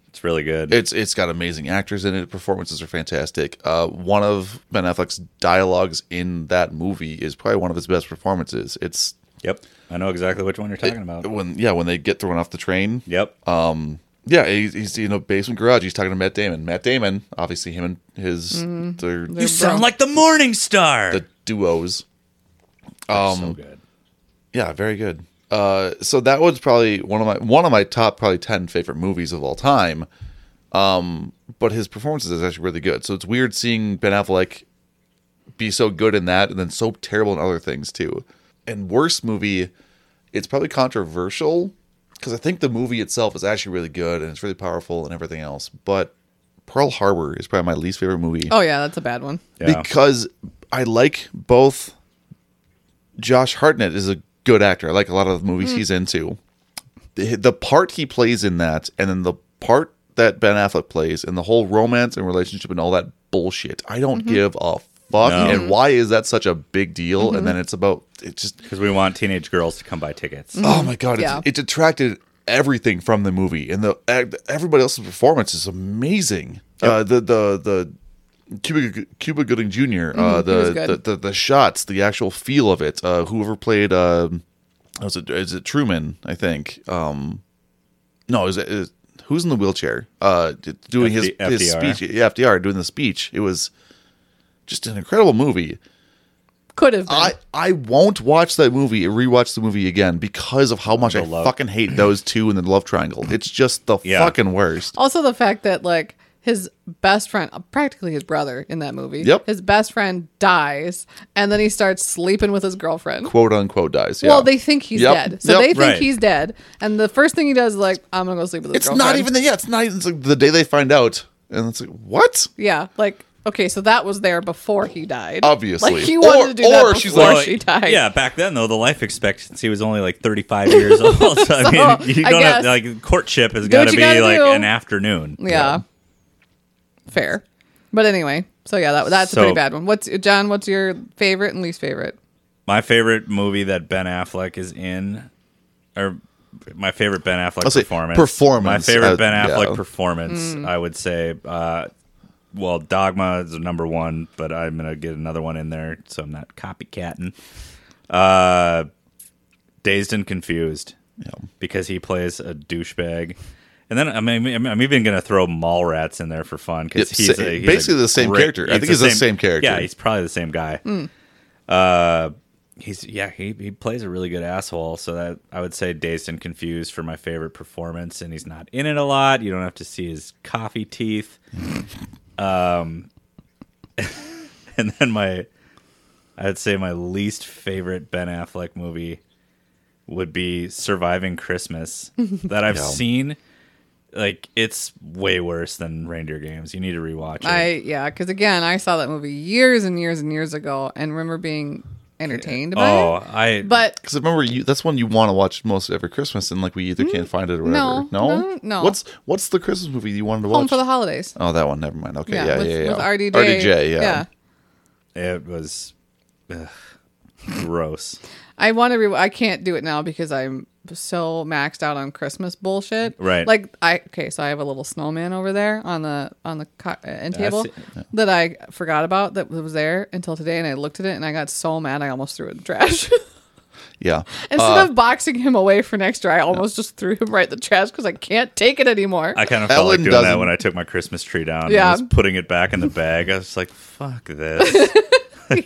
Speaker 3: It's really good.
Speaker 4: It's it's got amazing actors in it. Performances are fantastic. Uh, one of Ben Affleck's dialogues in that movie is probably one of his best performances. It's
Speaker 3: yep, I know exactly which one you're talking about.
Speaker 4: when yeah when they get thrown off the train.
Speaker 3: Yep,
Speaker 4: Yeah, he's, he's in a basement garage. He's talking to Matt Damon. Matt Damon, obviously him and his
Speaker 5: Mm-hmm.
Speaker 4: their
Speaker 3: you
Speaker 5: bro-
Speaker 3: sound like the Morning Star.
Speaker 4: the um, duos.
Speaker 3: so good.
Speaker 4: Yeah, very good. Uh, so that was probably one of my one of my top probably ten favorite movies of all time. Um, but his performances is actually really good. So it's weird seeing Ben Affleck be so good in that, and then so terrible in other things too. And worst movie, it's probably controversial because I think the movie itself is actually really good and it's really powerful and everything else. But Pearl Harbor is probably my least favorite movie
Speaker 5: Oh yeah, that's a bad one.
Speaker 3: Yeah.
Speaker 4: because I like both. Josh Hartnett is a good actor. I like a lot of the movies he's into. The, the part he plays in that, and then the part that Ben Affleck plays, and the whole romance and relationship and all that bullshit. I don't give a fuck.
Speaker 3: No.
Speaker 4: And why is that such a big deal? And then it's about it just.
Speaker 3: Because we want teenage girls to come buy tickets.
Speaker 4: Oh my god! It,
Speaker 5: Mm-hmm. Yeah.
Speaker 4: it detracted everything from the movie, and the ac- everybody else's performance is amazing. Uh, the the the Cuba Cuba Gooding junior uh,
Speaker 5: Mm-hmm. he was
Speaker 4: the,
Speaker 5: good.
Speaker 4: the the the shots, the actual feel of it. Uh, whoever played um, was it is it Truman? I think. Um, no, is it is, who's in the wheelchair? Uh, d- doing his
Speaker 3: FD-
Speaker 4: his
Speaker 3: FDR.
Speaker 4: speech. Yeah, FDR doing the speech. It was just an incredible movie.
Speaker 5: Could have been.
Speaker 4: I, I won't watch that movie and rewatch the movie again because of how much I
Speaker 3: love-
Speaker 4: fucking hate those two and the love triangle. It's just the
Speaker 3: Yeah.
Speaker 4: fucking worst.
Speaker 5: Also, the fact that like his best friend, uh, practically his brother in that movie,
Speaker 4: Yep.
Speaker 5: his best friend dies, and then he starts sleeping with his girlfriend.
Speaker 4: Quote unquote dies. Yeah.
Speaker 5: Well, they think he's
Speaker 4: Yep.
Speaker 5: dead, so
Speaker 4: Yep.
Speaker 5: they think
Speaker 3: Right.
Speaker 5: he's dead, and the first thing he does is like, "I'm gonna go sleep with his
Speaker 4: it's
Speaker 5: girlfriend."
Speaker 4: not even the yeah, it's not even it's like the day they find out. And it's like, what?
Speaker 5: yeah, like okay, so that was there before he died.
Speaker 4: Obviously.
Speaker 5: like he
Speaker 4: Or-
Speaker 5: wanted to do that
Speaker 4: or
Speaker 5: before
Speaker 4: she's
Speaker 3: Well,
Speaker 5: she died.
Speaker 3: Yeah, back then though, the life expectancy was only like 35 years old. So, I mean, you
Speaker 5: I
Speaker 3: don't have
Speaker 5: guess.
Speaker 3: like courtship has
Speaker 5: Do what
Speaker 3: got to
Speaker 5: you
Speaker 3: be
Speaker 5: gotta
Speaker 3: like
Speaker 5: do.
Speaker 3: an afternoon.
Speaker 5: yeah, fair. But anyway, so yeah, that, that's
Speaker 3: So-
Speaker 5: a pretty bad one. What's John? What's your favorite and least favorite?
Speaker 3: My favorite movie that Ben Affleck is in, or my favorite Ben Affleck
Speaker 4: I'll say
Speaker 3: performance.
Speaker 4: performance,
Speaker 3: My favorite
Speaker 4: uh,
Speaker 3: Ben Affleck
Speaker 4: yeah.
Speaker 3: performance,
Speaker 5: Mm.
Speaker 3: I would say. Uh, well, Dogma is number one, but I'm gonna get another one in there, so I'm not copycatting. Uh, Dazed and Confused, because he plays a douchebag. And then I mean, I'm- I'm even gonna throw Mallrats in there for fun because
Speaker 4: Yep,
Speaker 3: he's,
Speaker 4: sa-
Speaker 3: a- he's
Speaker 4: basically
Speaker 3: a
Speaker 4: the same
Speaker 3: great-
Speaker 4: character. I think he's the same character. Hmm.
Speaker 3: Yeah, he's probably the same guy Uh, he's yeah he, he plays a really good asshole so that i would say dazed and confused for my favorite performance and he's not in it a lot you don't have to see his coffee teeth um and then my i would say my least favorite ben affleck movie would be surviving christmas that i've seen like it's way worse than reindeer games you need to rewatch it
Speaker 5: I yeah, because again, I saw that movie years and years and years ago, and remember being entertained by
Speaker 3: oh
Speaker 5: it.
Speaker 3: i
Speaker 5: But
Speaker 4: Because remember, you that's one you want to watch most every Christmas, and like we either can't find it or whatever.
Speaker 5: Mm, no, no, no.
Speaker 4: What's what's the Christmas movie you wanted to
Speaker 5: Home
Speaker 4: watch?
Speaker 5: for the Holidays.
Speaker 4: oh, that one. Never mind. Okay, yeah, yeah,
Speaker 5: with,
Speaker 4: yeah.
Speaker 5: with
Speaker 4: yeah.
Speaker 5: RDJ.
Speaker 4: RDJ, yeah.
Speaker 3: it was ugh, gross
Speaker 5: I want to. Re- I can't do it now because I'm so maxed out on Christmas bullshit.
Speaker 3: Right.
Speaker 5: Like I okay, so I have a little snowman over there on the on the co- uh, end table
Speaker 3: see-
Speaker 5: that I forgot about that was there until today, and I looked at it and I got so mad I almost threw it in the trash.
Speaker 4: Yeah.
Speaker 5: Instead
Speaker 4: Uh.
Speaker 5: of boxing him away for next year, I almost just threw him right in the trash because I can't take it anymore.
Speaker 3: I kind of felt like
Speaker 4: Ellen
Speaker 3: doing that
Speaker 4: doesn't-
Speaker 3: when I took my Christmas tree down. Yeah.
Speaker 5: Yeah.
Speaker 3: I was putting it back in the bag. I was like, fuck this.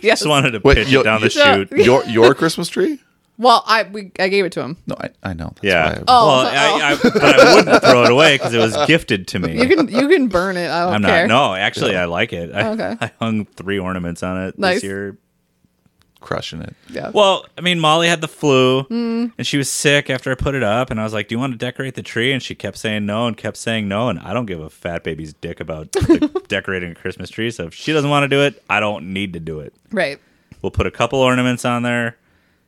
Speaker 5: Yes.
Speaker 3: Just wanted to
Speaker 4: Wait,
Speaker 3: pitch
Speaker 4: yo-
Speaker 3: it down the
Speaker 5: Yeah.
Speaker 3: chute.
Speaker 4: Your your Christmas tree?
Speaker 5: Well, I we I gave it to him.
Speaker 4: No, I, I know. That's
Speaker 3: Yeah.
Speaker 4: why I-
Speaker 5: Oh,
Speaker 3: well, I, I, but I wouldn't throw it away because it was gifted to me.
Speaker 5: You can you can burn it. I don't
Speaker 3: I'm
Speaker 5: care.
Speaker 3: not. No, actually, I like it. I,
Speaker 5: Okay.
Speaker 3: I hung three ornaments on it
Speaker 5: Nice.
Speaker 3: this year.
Speaker 4: crushing it.
Speaker 5: Yeah.
Speaker 3: Well, I mean, Molly had the flu
Speaker 5: Mm.
Speaker 3: and she was sick after I put it up. And I was like, Do you want to decorate the tree? And she kept saying no and kept saying no. And I don't give a fat baby's dick about the decorating a Christmas tree. So if she doesn't want to do it, I don't need to do it.
Speaker 5: right.
Speaker 3: We'll put a couple ornaments on there.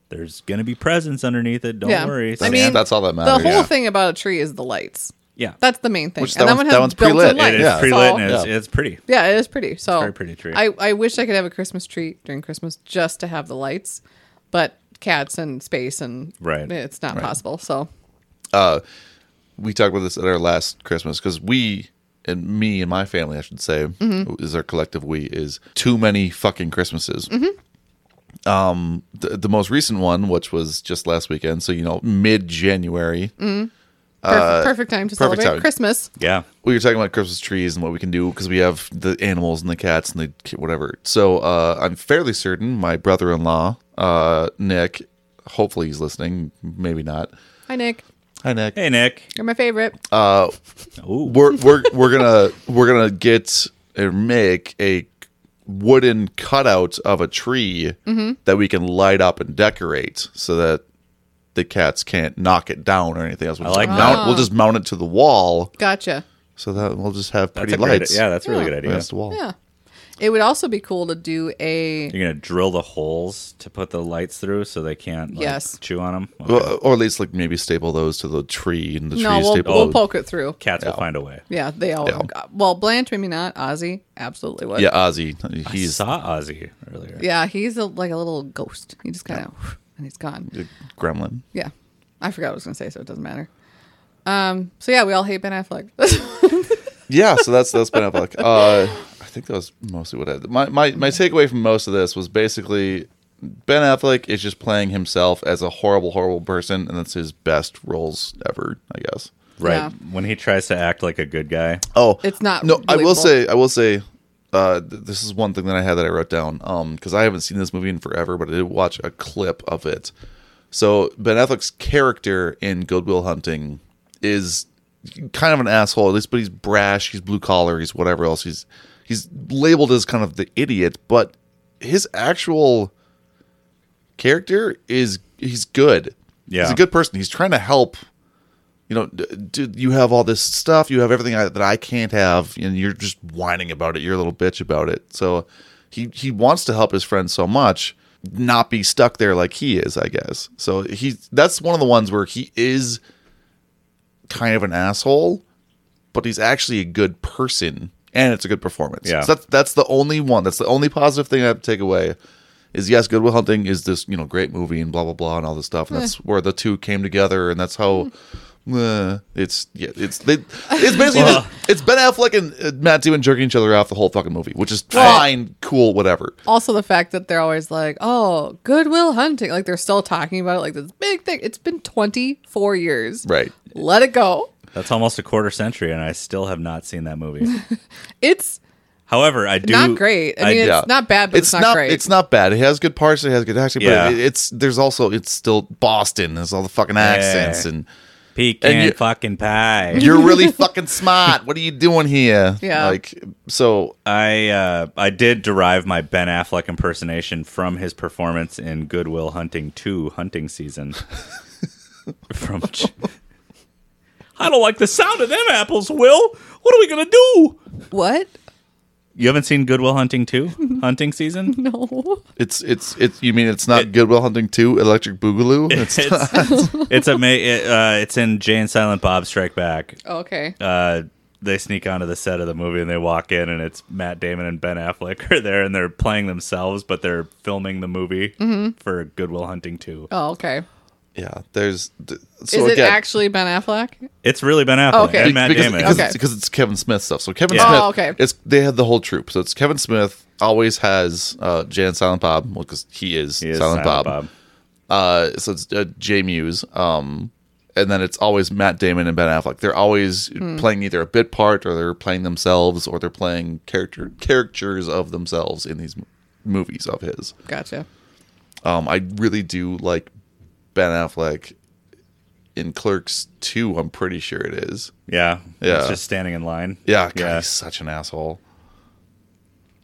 Speaker 3: There's going to be presents underneath it. Don't
Speaker 5: Yeah.
Speaker 3: worry.
Speaker 5: I
Speaker 4: That's-
Speaker 5: mean,
Speaker 4: that's all that
Speaker 5: The
Speaker 4: matters.
Speaker 5: whole
Speaker 4: Yeah.
Speaker 5: thing about a tree is the lights.
Speaker 3: yeah.
Speaker 5: That's the main thing.
Speaker 4: Which
Speaker 5: and
Speaker 4: that
Speaker 5: that
Speaker 4: one-
Speaker 5: one,
Speaker 4: that
Speaker 5: has
Speaker 4: one's
Speaker 5: built-in
Speaker 4: pre-lit. It
Speaker 5: lights.
Speaker 3: It is
Speaker 4: Yeah.
Speaker 5: That's
Speaker 3: pre lit
Speaker 5: all.
Speaker 3: and it's,
Speaker 4: Yeah.
Speaker 3: it's pretty.
Speaker 5: Yeah, it is pretty. So
Speaker 3: very pretty tree.
Speaker 5: I, I wish I could have a Christmas tree during Christmas just to have the lights, but cats and space and
Speaker 3: Right.
Speaker 5: it's not possible. So
Speaker 4: we talked about this at our last Christmas because we and me and my family, I should say, is our collective we is too many fucking Christmases. Um, the, the most recent one, which was just last weekend, so you know, mid January,
Speaker 5: perfect, perfect time to
Speaker 4: Uh, perfect
Speaker 5: celebrate
Speaker 4: time.
Speaker 5: Christmas.
Speaker 3: Yeah.
Speaker 4: we were talking about Christmas trees and what we can do because we have the animals and the cats and the ki- whatever. So uh, I'm fairly certain my brother-in-law, uh, Nick, hopefully he's listening, maybe not.
Speaker 5: Hi Nick,
Speaker 4: Hi, Nick.
Speaker 3: Hey, Nick.
Speaker 5: you're my favorite.
Speaker 4: Uh,
Speaker 3: Ooh.
Speaker 4: we're we're we're gonna we're gonna get or make a wooden cutout of a tree
Speaker 5: Mm-hmm.
Speaker 4: that we can light up and decorate so that the cats can't knock it down or anything else. We'll,
Speaker 3: I
Speaker 4: just
Speaker 3: like that.
Speaker 4: mount, we'll just mount it to the wall
Speaker 5: gotcha.
Speaker 4: so that we'll just have
Speaker 3: That's
Speaker 4: pretty
Speaker 3: a great-
Speaker 4: lights.
Speaker 3: yeah, that's a really good idea.
Speaker 4: Against the wall.
Speaker 5: Yeah, it would also be cool to do a
Speaker 3: You're gonna drill the holes to put the lights through, so they can't like,
Speaker 5: Yes.
Speaker 3: chew on them.
Speaker 4: Well, uh, or at least like maybe staple those to the tree and the
Speaker 5: no.
Speaker 4: tree
Speaker 5: We'll,
Speaker 4: staple.
Speaker 5: we'll poke it through.
Speaker 3: Cats will find a way.
Speaker 5: Yeah, they all.
Speaker 4: Yeah.
Speaker 5: Well, Blanche, maybe not. Ozzy, absolutely would.
Speaker 4: yeah, Ozzy.
Speaker 3: He
Speaker 4: He's
Speaker 3: saw Ozzy earlier.
Speaker 5: yeah. He's a, like a little ghost. He just kind of and he's gone.
Speaker 4: a gremlin.
Speaker 5: Yeah, I forgot what I was gonna say, so it doesn't matter. Um. So yeah, we all hate Ben Affleck.
Speaker 4: yeah, so that's that's Ben Affleck. Uh, I think that was mostly what I my my my takeaway from most of this was basically Ben Affleck is just playing himself as a horrible, horrible person, and that's his best roles ever, I guess.
Speaker 3: Right.
Speaker 5: Yeah.
Speaker 3: When he tries to act like a good guy.
Speaker 4: Oh,
Speaker 5: It's not
Speaker 4: No, I will
Speaker 5: believable.
Speaker 4: say, I will say, uh, th- this is one thing that I had that I wrote down because I haven't seen this movie in forever, but I did watch a clip of it. So Ben Affleck's character in Goodwill Hunting is kind of an asshole, at least, but he's brash, he's blue collar, he's whatever else. He's he's labeled as kind of the idiot, but his actual character is he's good.
Speaker 3: Yeah.
Speaker 4: he's a good person. He's trying to help you know, d- dude, you have all this stuff, you have everything I, that I can't have, and you're just whining about it. You're a little bitch about it. So he he wants to help his friend so much, not be stuck there like he is, I guess. So he that's one of the ones where he is kind of an asshole, but he's actually a good person, and it's a good performance.
Speaker 3: Yeah.
Speaker 4: So that's that's the only one. That's the only positive thing I have to take away. Is yes, Goodwill Hunting is this you know great movie and blah blah blah and all this stuff, and that's where the two came together, and that's how. uh, it's yeah, it's they, it's basically
Speaker 3: Well-
Speaker 4: just, it's Ben Affleck and uh, Matt Damon jerking each other off the whole fucking movie, which is fine, cool, whatever.
Speaker 5: also, the fact that they're always like, "Oh, Goodwill Hunting," like they're still talking about it, like this big thing. It's been twenty four years.
Speaker 4: Right.
Speaker 5: Let it go.
Speaker 3: That's almost a quarter century, and I still have not seen that movie.
Speaker 5: It's
Speaker 3: However, I do
Speaker 5: not great. I mean,
Speaker 4: yeah.
Speaker 5: it's not bad, but it's, not, great.
Speaker 4: It's not bad. It has good parts. It has good acting.
Speaker 3: Yeah.
Speaker 4: But it, it's there's also it's still Boston. There's all the fucking accents
Speaker 3: Yeah.
Speaker 4: and
Speaker 3: pecan
Speaker 4: and you-
Speaker 3: fucking pie.
Speaker 4: you're really fucking smart. What are you doing here?
Speaker 5: Yeah.
Speaker 4: Like so.
Speaker 3: I uh, I did derive my Ben Affleck impersonation from his performance in Goodwill Hunting Two: Hunting Season. from I don't like the sound of them apples, Will. What are we gonna do?
Speaker 5: what?
Speaker 3: You haven't seen Goodwill Hunting Two: Hunting Season?
Speaker 5: No.
Speaker 4: It's it's it's. You mean it's not Goodwill Hunting Two, Electric Boogaloo? It's,
Speaker 3: it's it's a ma- it, uh, it's in Jay and Silent Bob Strike Back.
Speaker 5: Okay.
Speaker 3: Uh, they sneak onto the set of the movie and they walk in and it's Matt Damon and Ben Affleck are there and they're
Speaker 5: Mm-hmm.
Speaker 3: playing themselves, but they're filming the movie for Goodwill Hunting Two.
Speaker 5: oh, okay.
Speaker 4: yeah, there's. th- So
Speaker 5: Is it
Speaker 4: again,
Speaker 5: actually Ben Affleck?
Speaker 3: It's really Ben Affleck
Speaker 5: okay.
Speaker 3: and Matt
Speaker 4: because,
Speaker 3: Damon.
Speaker 4: Because,
Speaker 5: Okay.
Speaker 4: it's, because it's Kevin Smith stuff. So Kevin
Speaker 3: Yeah.
Speaker 4: Smith,
Speaker 5: Oh, okay.
Speaker 4: it's they had the whole troop. So it's Kevin Smith always has uh, Jan Silent Bob because he is,
Speaker 3: He is
Speaker 4: Silent, Bob.
Speaker 3: Bob.
Speaker 4: Uh, so it's uh, J Muse. Um, and then it's always Matt Damon and Ben Affleck. They're always
Speaker 5: Hmm.
Speaker 4: playing either a bit part or they're playing themselves or they're playing character characters of themselves in these m- movies of his.
Speaker 5: Gotcha.
Speaker 4: Um, I really do like Ben Affleck in Clerks 2, I'm pretty sure it is.
Speaker 3: Yeah.
Speaker 4: Yeah.
Speaker 3: It's just standing in line.
Speaker 4: Yeah, God,
Speaker 3: Yeah.
Speaker 4: he's such an asshole.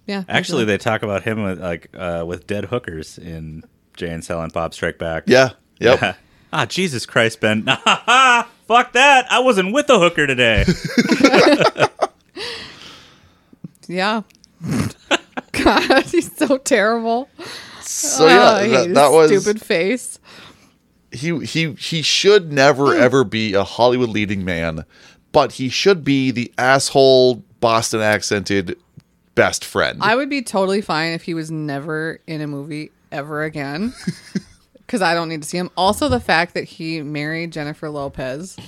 Speaker 5: Yeah.
Speaker 3: Actually, they talk about him with like uh, with dead hookers in Jay and Silent Bob Strike Back.
Speaker 4: Yeah. Yep.
Speaker 3: ah, Jesus Christ, Ben. Fuck that. I wasn't with a hooker today.
Speaker 5: Yeah. God, he's so terrible.
Speaker 4: So
Speaker 5: Oh,
Speaker 4: yeah,
Speaker 5: I hate
Speaker 4: that,
Speaker 5: his
Speaker 4: that was
Speaker 5: stupid face.
Speaker 4: he he he should
Speaker 5: Hmm.
Speaker 4: never ever be a Hollywood leading man, but he should be the asshole Boston accented best friend.
Speaker 5: I would be totally fine if he was never in a movie ever again. Because I don't need to see him. Also, the fact that he married Jennifer Lopez,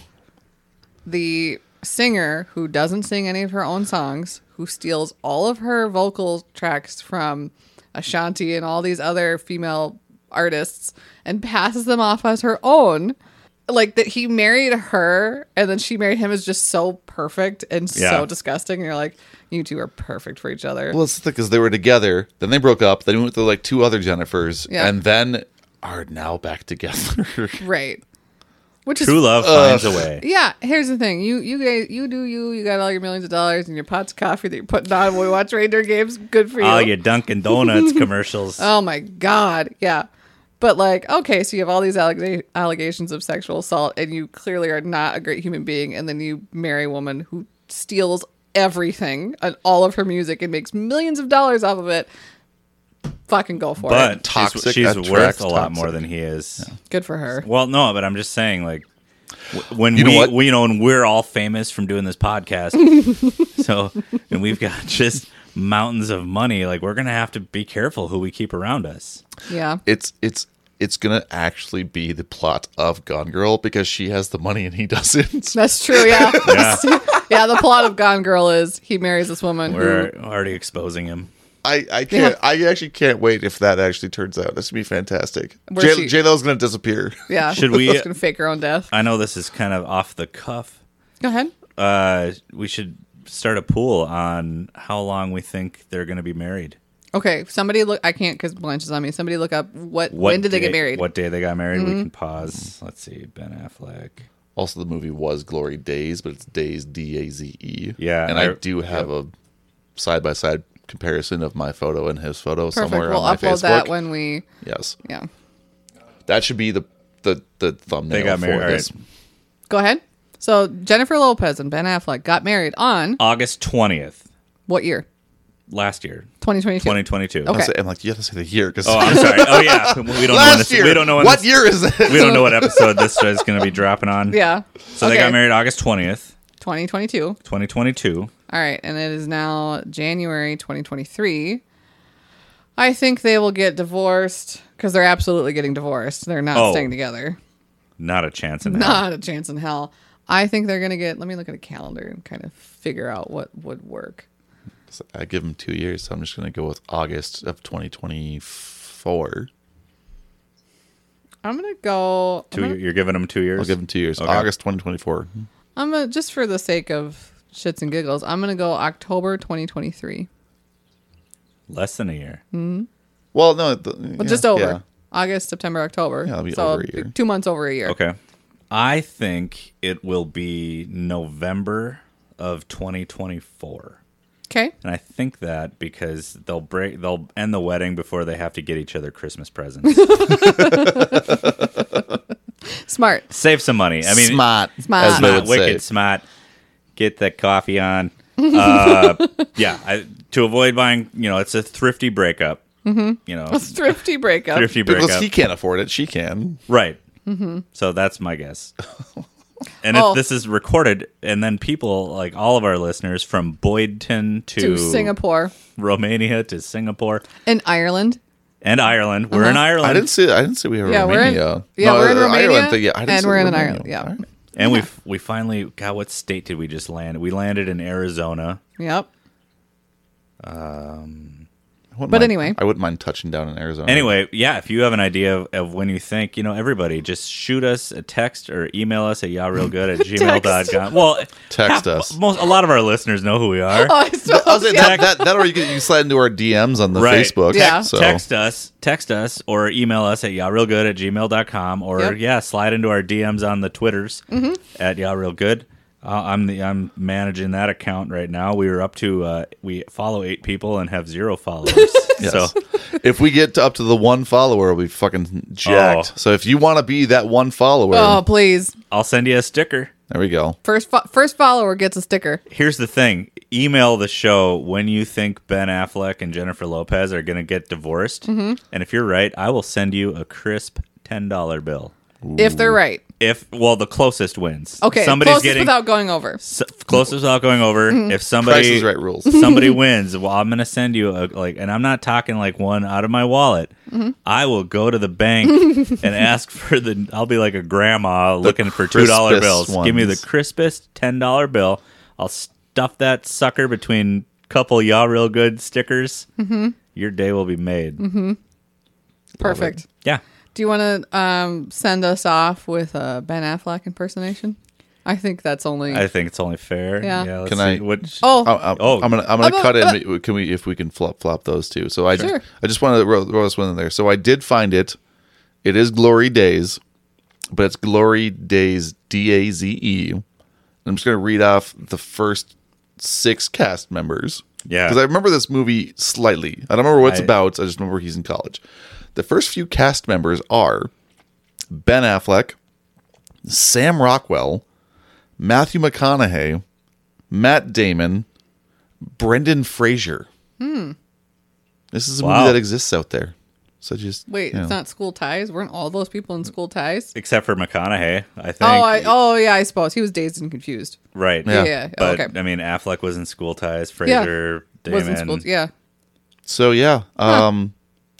Speaker 5: the singer who doesn't sing any of her own songs, who steals all of her vocal tracks from Ashanti and all these other female artists and passes them off as her own. Like that he married her and then she married him is just so perfect and
Speaker 3: Yeah.
Speaker 5: so disgusting. And you're like, you two are perfect for each other.
Speaker 4: well, it's the because they were together, then they broke up, then we went to like two other Jennifers,
Speaker 5: Yeah.
Speaker 4: and then are now back together.
Speaker 5: Right. Which
Speaker 3: True
Speaker 5: is
Speaker 3: love
Speaker 4: Uh,
Speaker 3: finds a way.
Speaker 5: yeah. Here's the thing: you you guys you do you. You got all your millions of dollars and your pots of coffee that you're putting on when we watch Reindeer games. Good for you.
Speaker 3: All your Dunkin' Donuts commercials.
Speaker 5: oh my god, yeah. But like, okay, so you have all these allega- allegations of sexual assault, and you clearly are not a great human being, and then you marry a woman who steals everything and all of her music and makes millions of dollars off of it. Fucking go for
Speaker 3: but
Speaker 5: it.
Speaker 3: she's-
Speaker 4: Toxic
Speaker 3: she's,
Speaker 4: attracts
Speaker 3: worth a lot
Speaker 4: toxic.
Speaker 3: more than he is.
Speaker 5: Good for her.
Speaker 3: Well, no, but I'm just saying, like, w- when
Speaker 4: You know
Speaker 3: we,
Speaker 4: what?
Speaker 3: we, you know, when we're all famous from doing this podcast, so and we've got just mountains of money, like we're gonna have to be careful who we keep around us.
Speaker 5: Yeah.
Speaker 4: it's it's it's gonna actually be the plot of Gone Girl because she has the money and he doesn't.
Speaker 5: That's true. Yeah. yeah. The plot of Gone Girl is he marries this woman
Speaker 3: We're
Speaker 5: who
Speaker 3: already exposing him.
Speaker 4: I, I can't I actually can't wait if that actually turns out. This would be fantastic.
Speaker 5: Where's
Speaker 4: J
Speaker 5: she-
Speaker 4: J Lo's gonna disappear.
Speaker 5: yeah
Speaker 3: Should we-
Speaker 5: is gonna fake her own death.
Speaker 3: I know this is kind of off the cuff.
Speaker 5: Go ahead.
Speaker 3: Uh, we should start a pool on how long we think they're gonna be married.
Speaker 5: Okay. Somebody look. I can't because Blanche is on me. Somebody look up what,
Speaker 3: What
Speaker 5: when did they
Speaker 3: day-
Speaker 5: get married?
Speaker 3: What day they got married?
Speaker 4: Mm-hmm.
Speaker 3: We can pause. Let's see. Ben Affleck.
Speaker 4: Also, the movie was Glory Days, but it's Days D A Z E.
Speaker 3: Yeah,
Speaker 4: and I,
Speaker 3: I-
Speaker 4: do have a side by side comparison of my photo and his photo
Speaker 5: Perfect.
Speaker 4: somewhere
Speaker 5: We'll
Speaker 4: on my
Speaker 5: upload
Speaker 4: Facebook.
Speaker 5: that when we.
Speaker 4: Yes,
Speaker 5: Yeah.
Speaker 4: that should be the the the thumbnail.
Speaker 3: They got
Speaker 4: for
Speaker 3: married. All
Speaker 4: this.
Speaker 3: right.
Speaker 5: Go ahead. So Jennifer Lopez and Ben Affleck got married on
Speaker 3: August twentieth
Speaker 5: what year?
Speaker 3: last year,
Speaker 5: 2022.
Speaker 3: twenty twenty two.
Speaker 5: Okay.
Speaker 4: I'm, saying- I'm like, you have to say the year because
Speaker 3: Oh, I'm sorry. Oh yeah, we don't know when
Speaker 4: last
Speaker 3: this,
Speaker 4: year.
Speaker 3: we don't know when
Speaker 4: what
Speaker 3: this-
Speaker 4: year is it?
Speaker 3: we don't know what episode this is going to be dropping on.
Speaker 5: Yeah.
Speaker 3: So they got married August twentieth,
Speaker 5: 2022.
Speaker 3: twenty twenty two.
Speaker 5: All right, and it is now January 2023. I think they will get divorced because they're absolutely getting divorced. They're not
Speaker 3: Oh.
Speaker 5: staying together.
Speaker 3: Not a chance in hell.
Speaker 5: Not a chance in hell. I think they're gonna get. Let me look at a calendar and kind of figure out what would work.
Speaker 4: I give him two years, so I'm just gonna go with August of 2024.
Speaker 5: I'm gonna go. I'm
Speaker 3: 2
Speaker 5: gonna,
Speaker 3: You're giving them two years.
Speaker 4: I'll give him two years.
Speaker 3: Okay.
Speaker 4: August 2024.
Speaker 5: I'm gonna just for the sake of shits and giggles. I'm gonna go October 2023.
Speaker 3: less than a year.
Speaker 4: Mm. Well, no, the,
Speaker 5: Well,
Speaker 4: yeah,
Speaker 5: just over
Speaker 4: yeah.
Speaker 5: August, September, October.
Speaker 4: it'll be
Speaker 5: so
Speaker 4: over a year.
Speaker 5: two months over a year.
Speaker 3: Okay. I think it will be November of twenty twenty four.
Speaker 5: Okay.
Speaker 3: And I think that because they'll break, they'll end the wedding before they have to get each other Christmas presents.
Speaker 5: Smart.
Speaker 3: Save some money. I mean,
Speaker 4: smart,
Speaker 5: Smart.
Speaker 4: as they would
Speaker 3: smart,
Speaker 4: say.
Speaker 3: wicked smart. Get the coffee on. Uh, yeah, I, to avoid buying, you know, it's a thrifty breakup. Mm-hmm. You know,
Speaker 5: Thrifty breakup.
Speaker 3: thrifty
Speaker 4: Because
Speaker 3: breakup,
Speaker 4: he Mm-hmm. can't afford it, she can.
Speaker 3: right? So that's my guess. And if
Speaker 5: Oh.
Speaker 3: this is recorded, and then people like all of our listeners from Boydton to,
Speaker 5: to Singapore
Speaker 3: Romania to Singapore
Speaker 5: and Ireland.
Speaker 3: and Ireland. We're in Ireland.
Speaker 4: Uh-huh. I didn't see. I didn't see we were
Speaker 5: Um, Yeah, we're in-
Speaker 4: Romania.
Speaker 5: yeah, we're in
Speaker 4: the Ireland
Speaker 5: Romania,
Speaker 4: thing, yeah, I didn't
Speaker 5: and
Speaker 4: see
Speaker 5: we're in
Speaker 4: Romania.
Speaker 5: Ireland, yeah.
Speaker 4: Alright.
Speaker 3: and we we finally God, what state did we just land? We landed in Arizona.
Speaker 5: Yep.
Speaker 4: I wouldn't
Speaker 5: But
Speaker 4: mind-
Speaker 5: anyway.
Speaker 4: I wouldn't mind touching down in Arizona.
Speaker 3: Anyway, yeah, if you have an idea of, of when you think, you know, everybody, just shoot us a text or email us at yarealgood at gmail.com. Well,
Speaker 4: text us.
Speaker 3: most a lot of our listeners know who we are.
Speaker 5: Oh, I suppose,
Speaker 4: I was saying,
Speaker 5: yeah.
Speaker 4: that, that, that or you can you can slide into our DMs on the
Speaker 3: Right.
Speaker 4: Facebook.
Speaker 5: Yeah.
Speaker 4: So
Speaker 3: Text us, text us, or email us at yarealgood at gmail.com, or
Speaker 5: Yep. Mm-hmm.
Speaker 3: yeah, slide into our DMs on the Twitters at yarealgood. Uh, I'm the I'm managing that account right now. We are up to uh, we follow eight people and have zero followers. So
Speaker 4: yes. if we get to up to the one follower, we'll be fucking jacked.
Speaker 3: Oh.
Speaker 4: So if you want to be that one follower,
Speaker 5: oh, please.
Speaker 3: I'll send you a sticker.
Speaker 4: there we go.
Speaker 5: First fo- first follower gets a sticker.
Speaker 3: Here's the thing: email the show when you think Ben Affleck and Jennifer Lopez are going to get divorced,
Speaker 5: Mm-hmm.
Speaker 3: and if you're right, I will send you a crisp ten dollar bill.
Speaker 5: If they're right.
Speaker 3: If well, the closest wins.
Speaker 5: Okay.
Speaker 3: somebody's
Speaker 5: closest
Speaker 3: getting
Speaker 5: without going over.
Speaker 3: s- closest without going over.
Speaker 5: Mm-hmm.
Speaker 3: If
Speaker 4: Price
Speaker 3: somebody
Speaker 4: is right rules.
Speaker 3: somebody wins, well, I'm going to send you a like, and I'm not talking like one out of my wallet.
Speaker 5: Mm-hmm.
Speaker 3: I will go to the bank and ask for the. I'll be like a grandma looking for two dollar
Speaker 4: crispest
Speaker 3: bills. Give me the
Speaker 4: ones.
Speaker 3: crispest ten dollar bill. I'll stuff that sucker between couple y'all real good stickers.
Speaker 5: Mm-hmm.
Speaker 3: Your day will be made.
Speaker 5: Perfect.
Speaker 3: Yeah.
Speaker 5: Do you want to um, send us off with a Ben Affleck impersonation? I think that's only.
Speaker 3: I think it's only fair.
Speaker 5: Yeah.
Speaker 3: let's
Speaker 4: Can
Speaker 3: see
Speaker 4: I-
Speaker 3: What,
Speaker 5: oh,
Speaker 4: I'm, I'm,
Speaker 3: Oh.
Speaker 4: I'm gonna I'm gonna
Speaker 5: About-
Speaker 4: cut it. in. Can we if we can flop flop those two? So I
Speaker 5: Sure.
Speaker 4: I just want to throw throw this one in there. So I did find it. It is Glory Days, but it's Glory Days D A Z E. I'm just gonna read off the first six cast members.
Speaker 3: Yeah.
Speaker 4: because I remember this movie slightly. I don't remember what it's
Speaker 3: I-
Speaker 4: about. I just remember he's in college. The first few cast members are Ben Affleck, Sam Rockwell, Matthew McConaughey, Matt Damon, Brendan Fraser. Hmm. This is a
Speaker 3: Wow.
Speaker 4: movie that exists out there. So just
Speaker 5: wait,
Speaker 4: you
Speaker 5: it's
Speaker 4: know.
Speaker 5: not school ties. Weren't all those people in school ties?
Speaker 3: except for McConaughey, I think.
Speaker 5: Oh, I, oh yeah, I suppose he was dazed and confused.
Speaker 3: right.
Speaker 4: Yeah.
Speaker 5: Yeah,
Speaker 3: But
Speaker 5: okay.
Speaker 3: I mean, Affleck was in school ties.
Speaker 5: Yeah.
Speaker 3: Fraser,
Speaker 5: Was
Speaker 3: Damon,
Speaker 5: in school. Yeah.
Speaker 4: So yeah, um,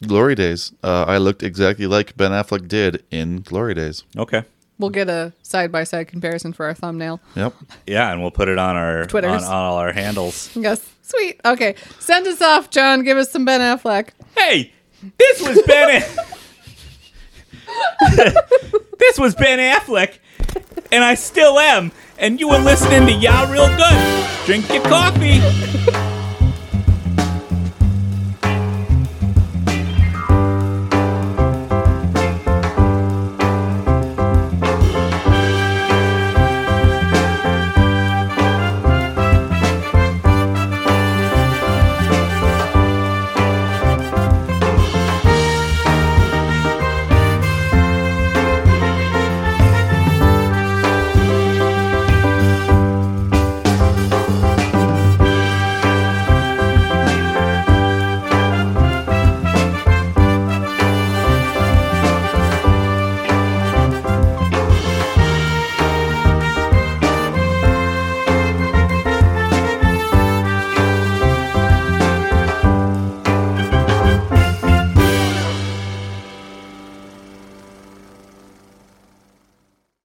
Speaker 4: Glory Days. Uh, I looked exactly like Ben Affleck did in Glory Days.
Speaker 3: Okay.
Speaker 5: We'll get a side by side comparison for our thumbnail.
Speaker 4: Yep.
Speaker 3: Yeah, and we'll put it on our
Speaker 5: Twitters.
Speaker 3: on, on all our handles.
Speaker 5: Yes. Sweet. Okay. Send us off, John. Give us some Ben Affleck.
Speaker 3: hey, this was Ben. this was Ben Affleck, and I still am. And you were listening to Y'all Real Good. Drink your coffee.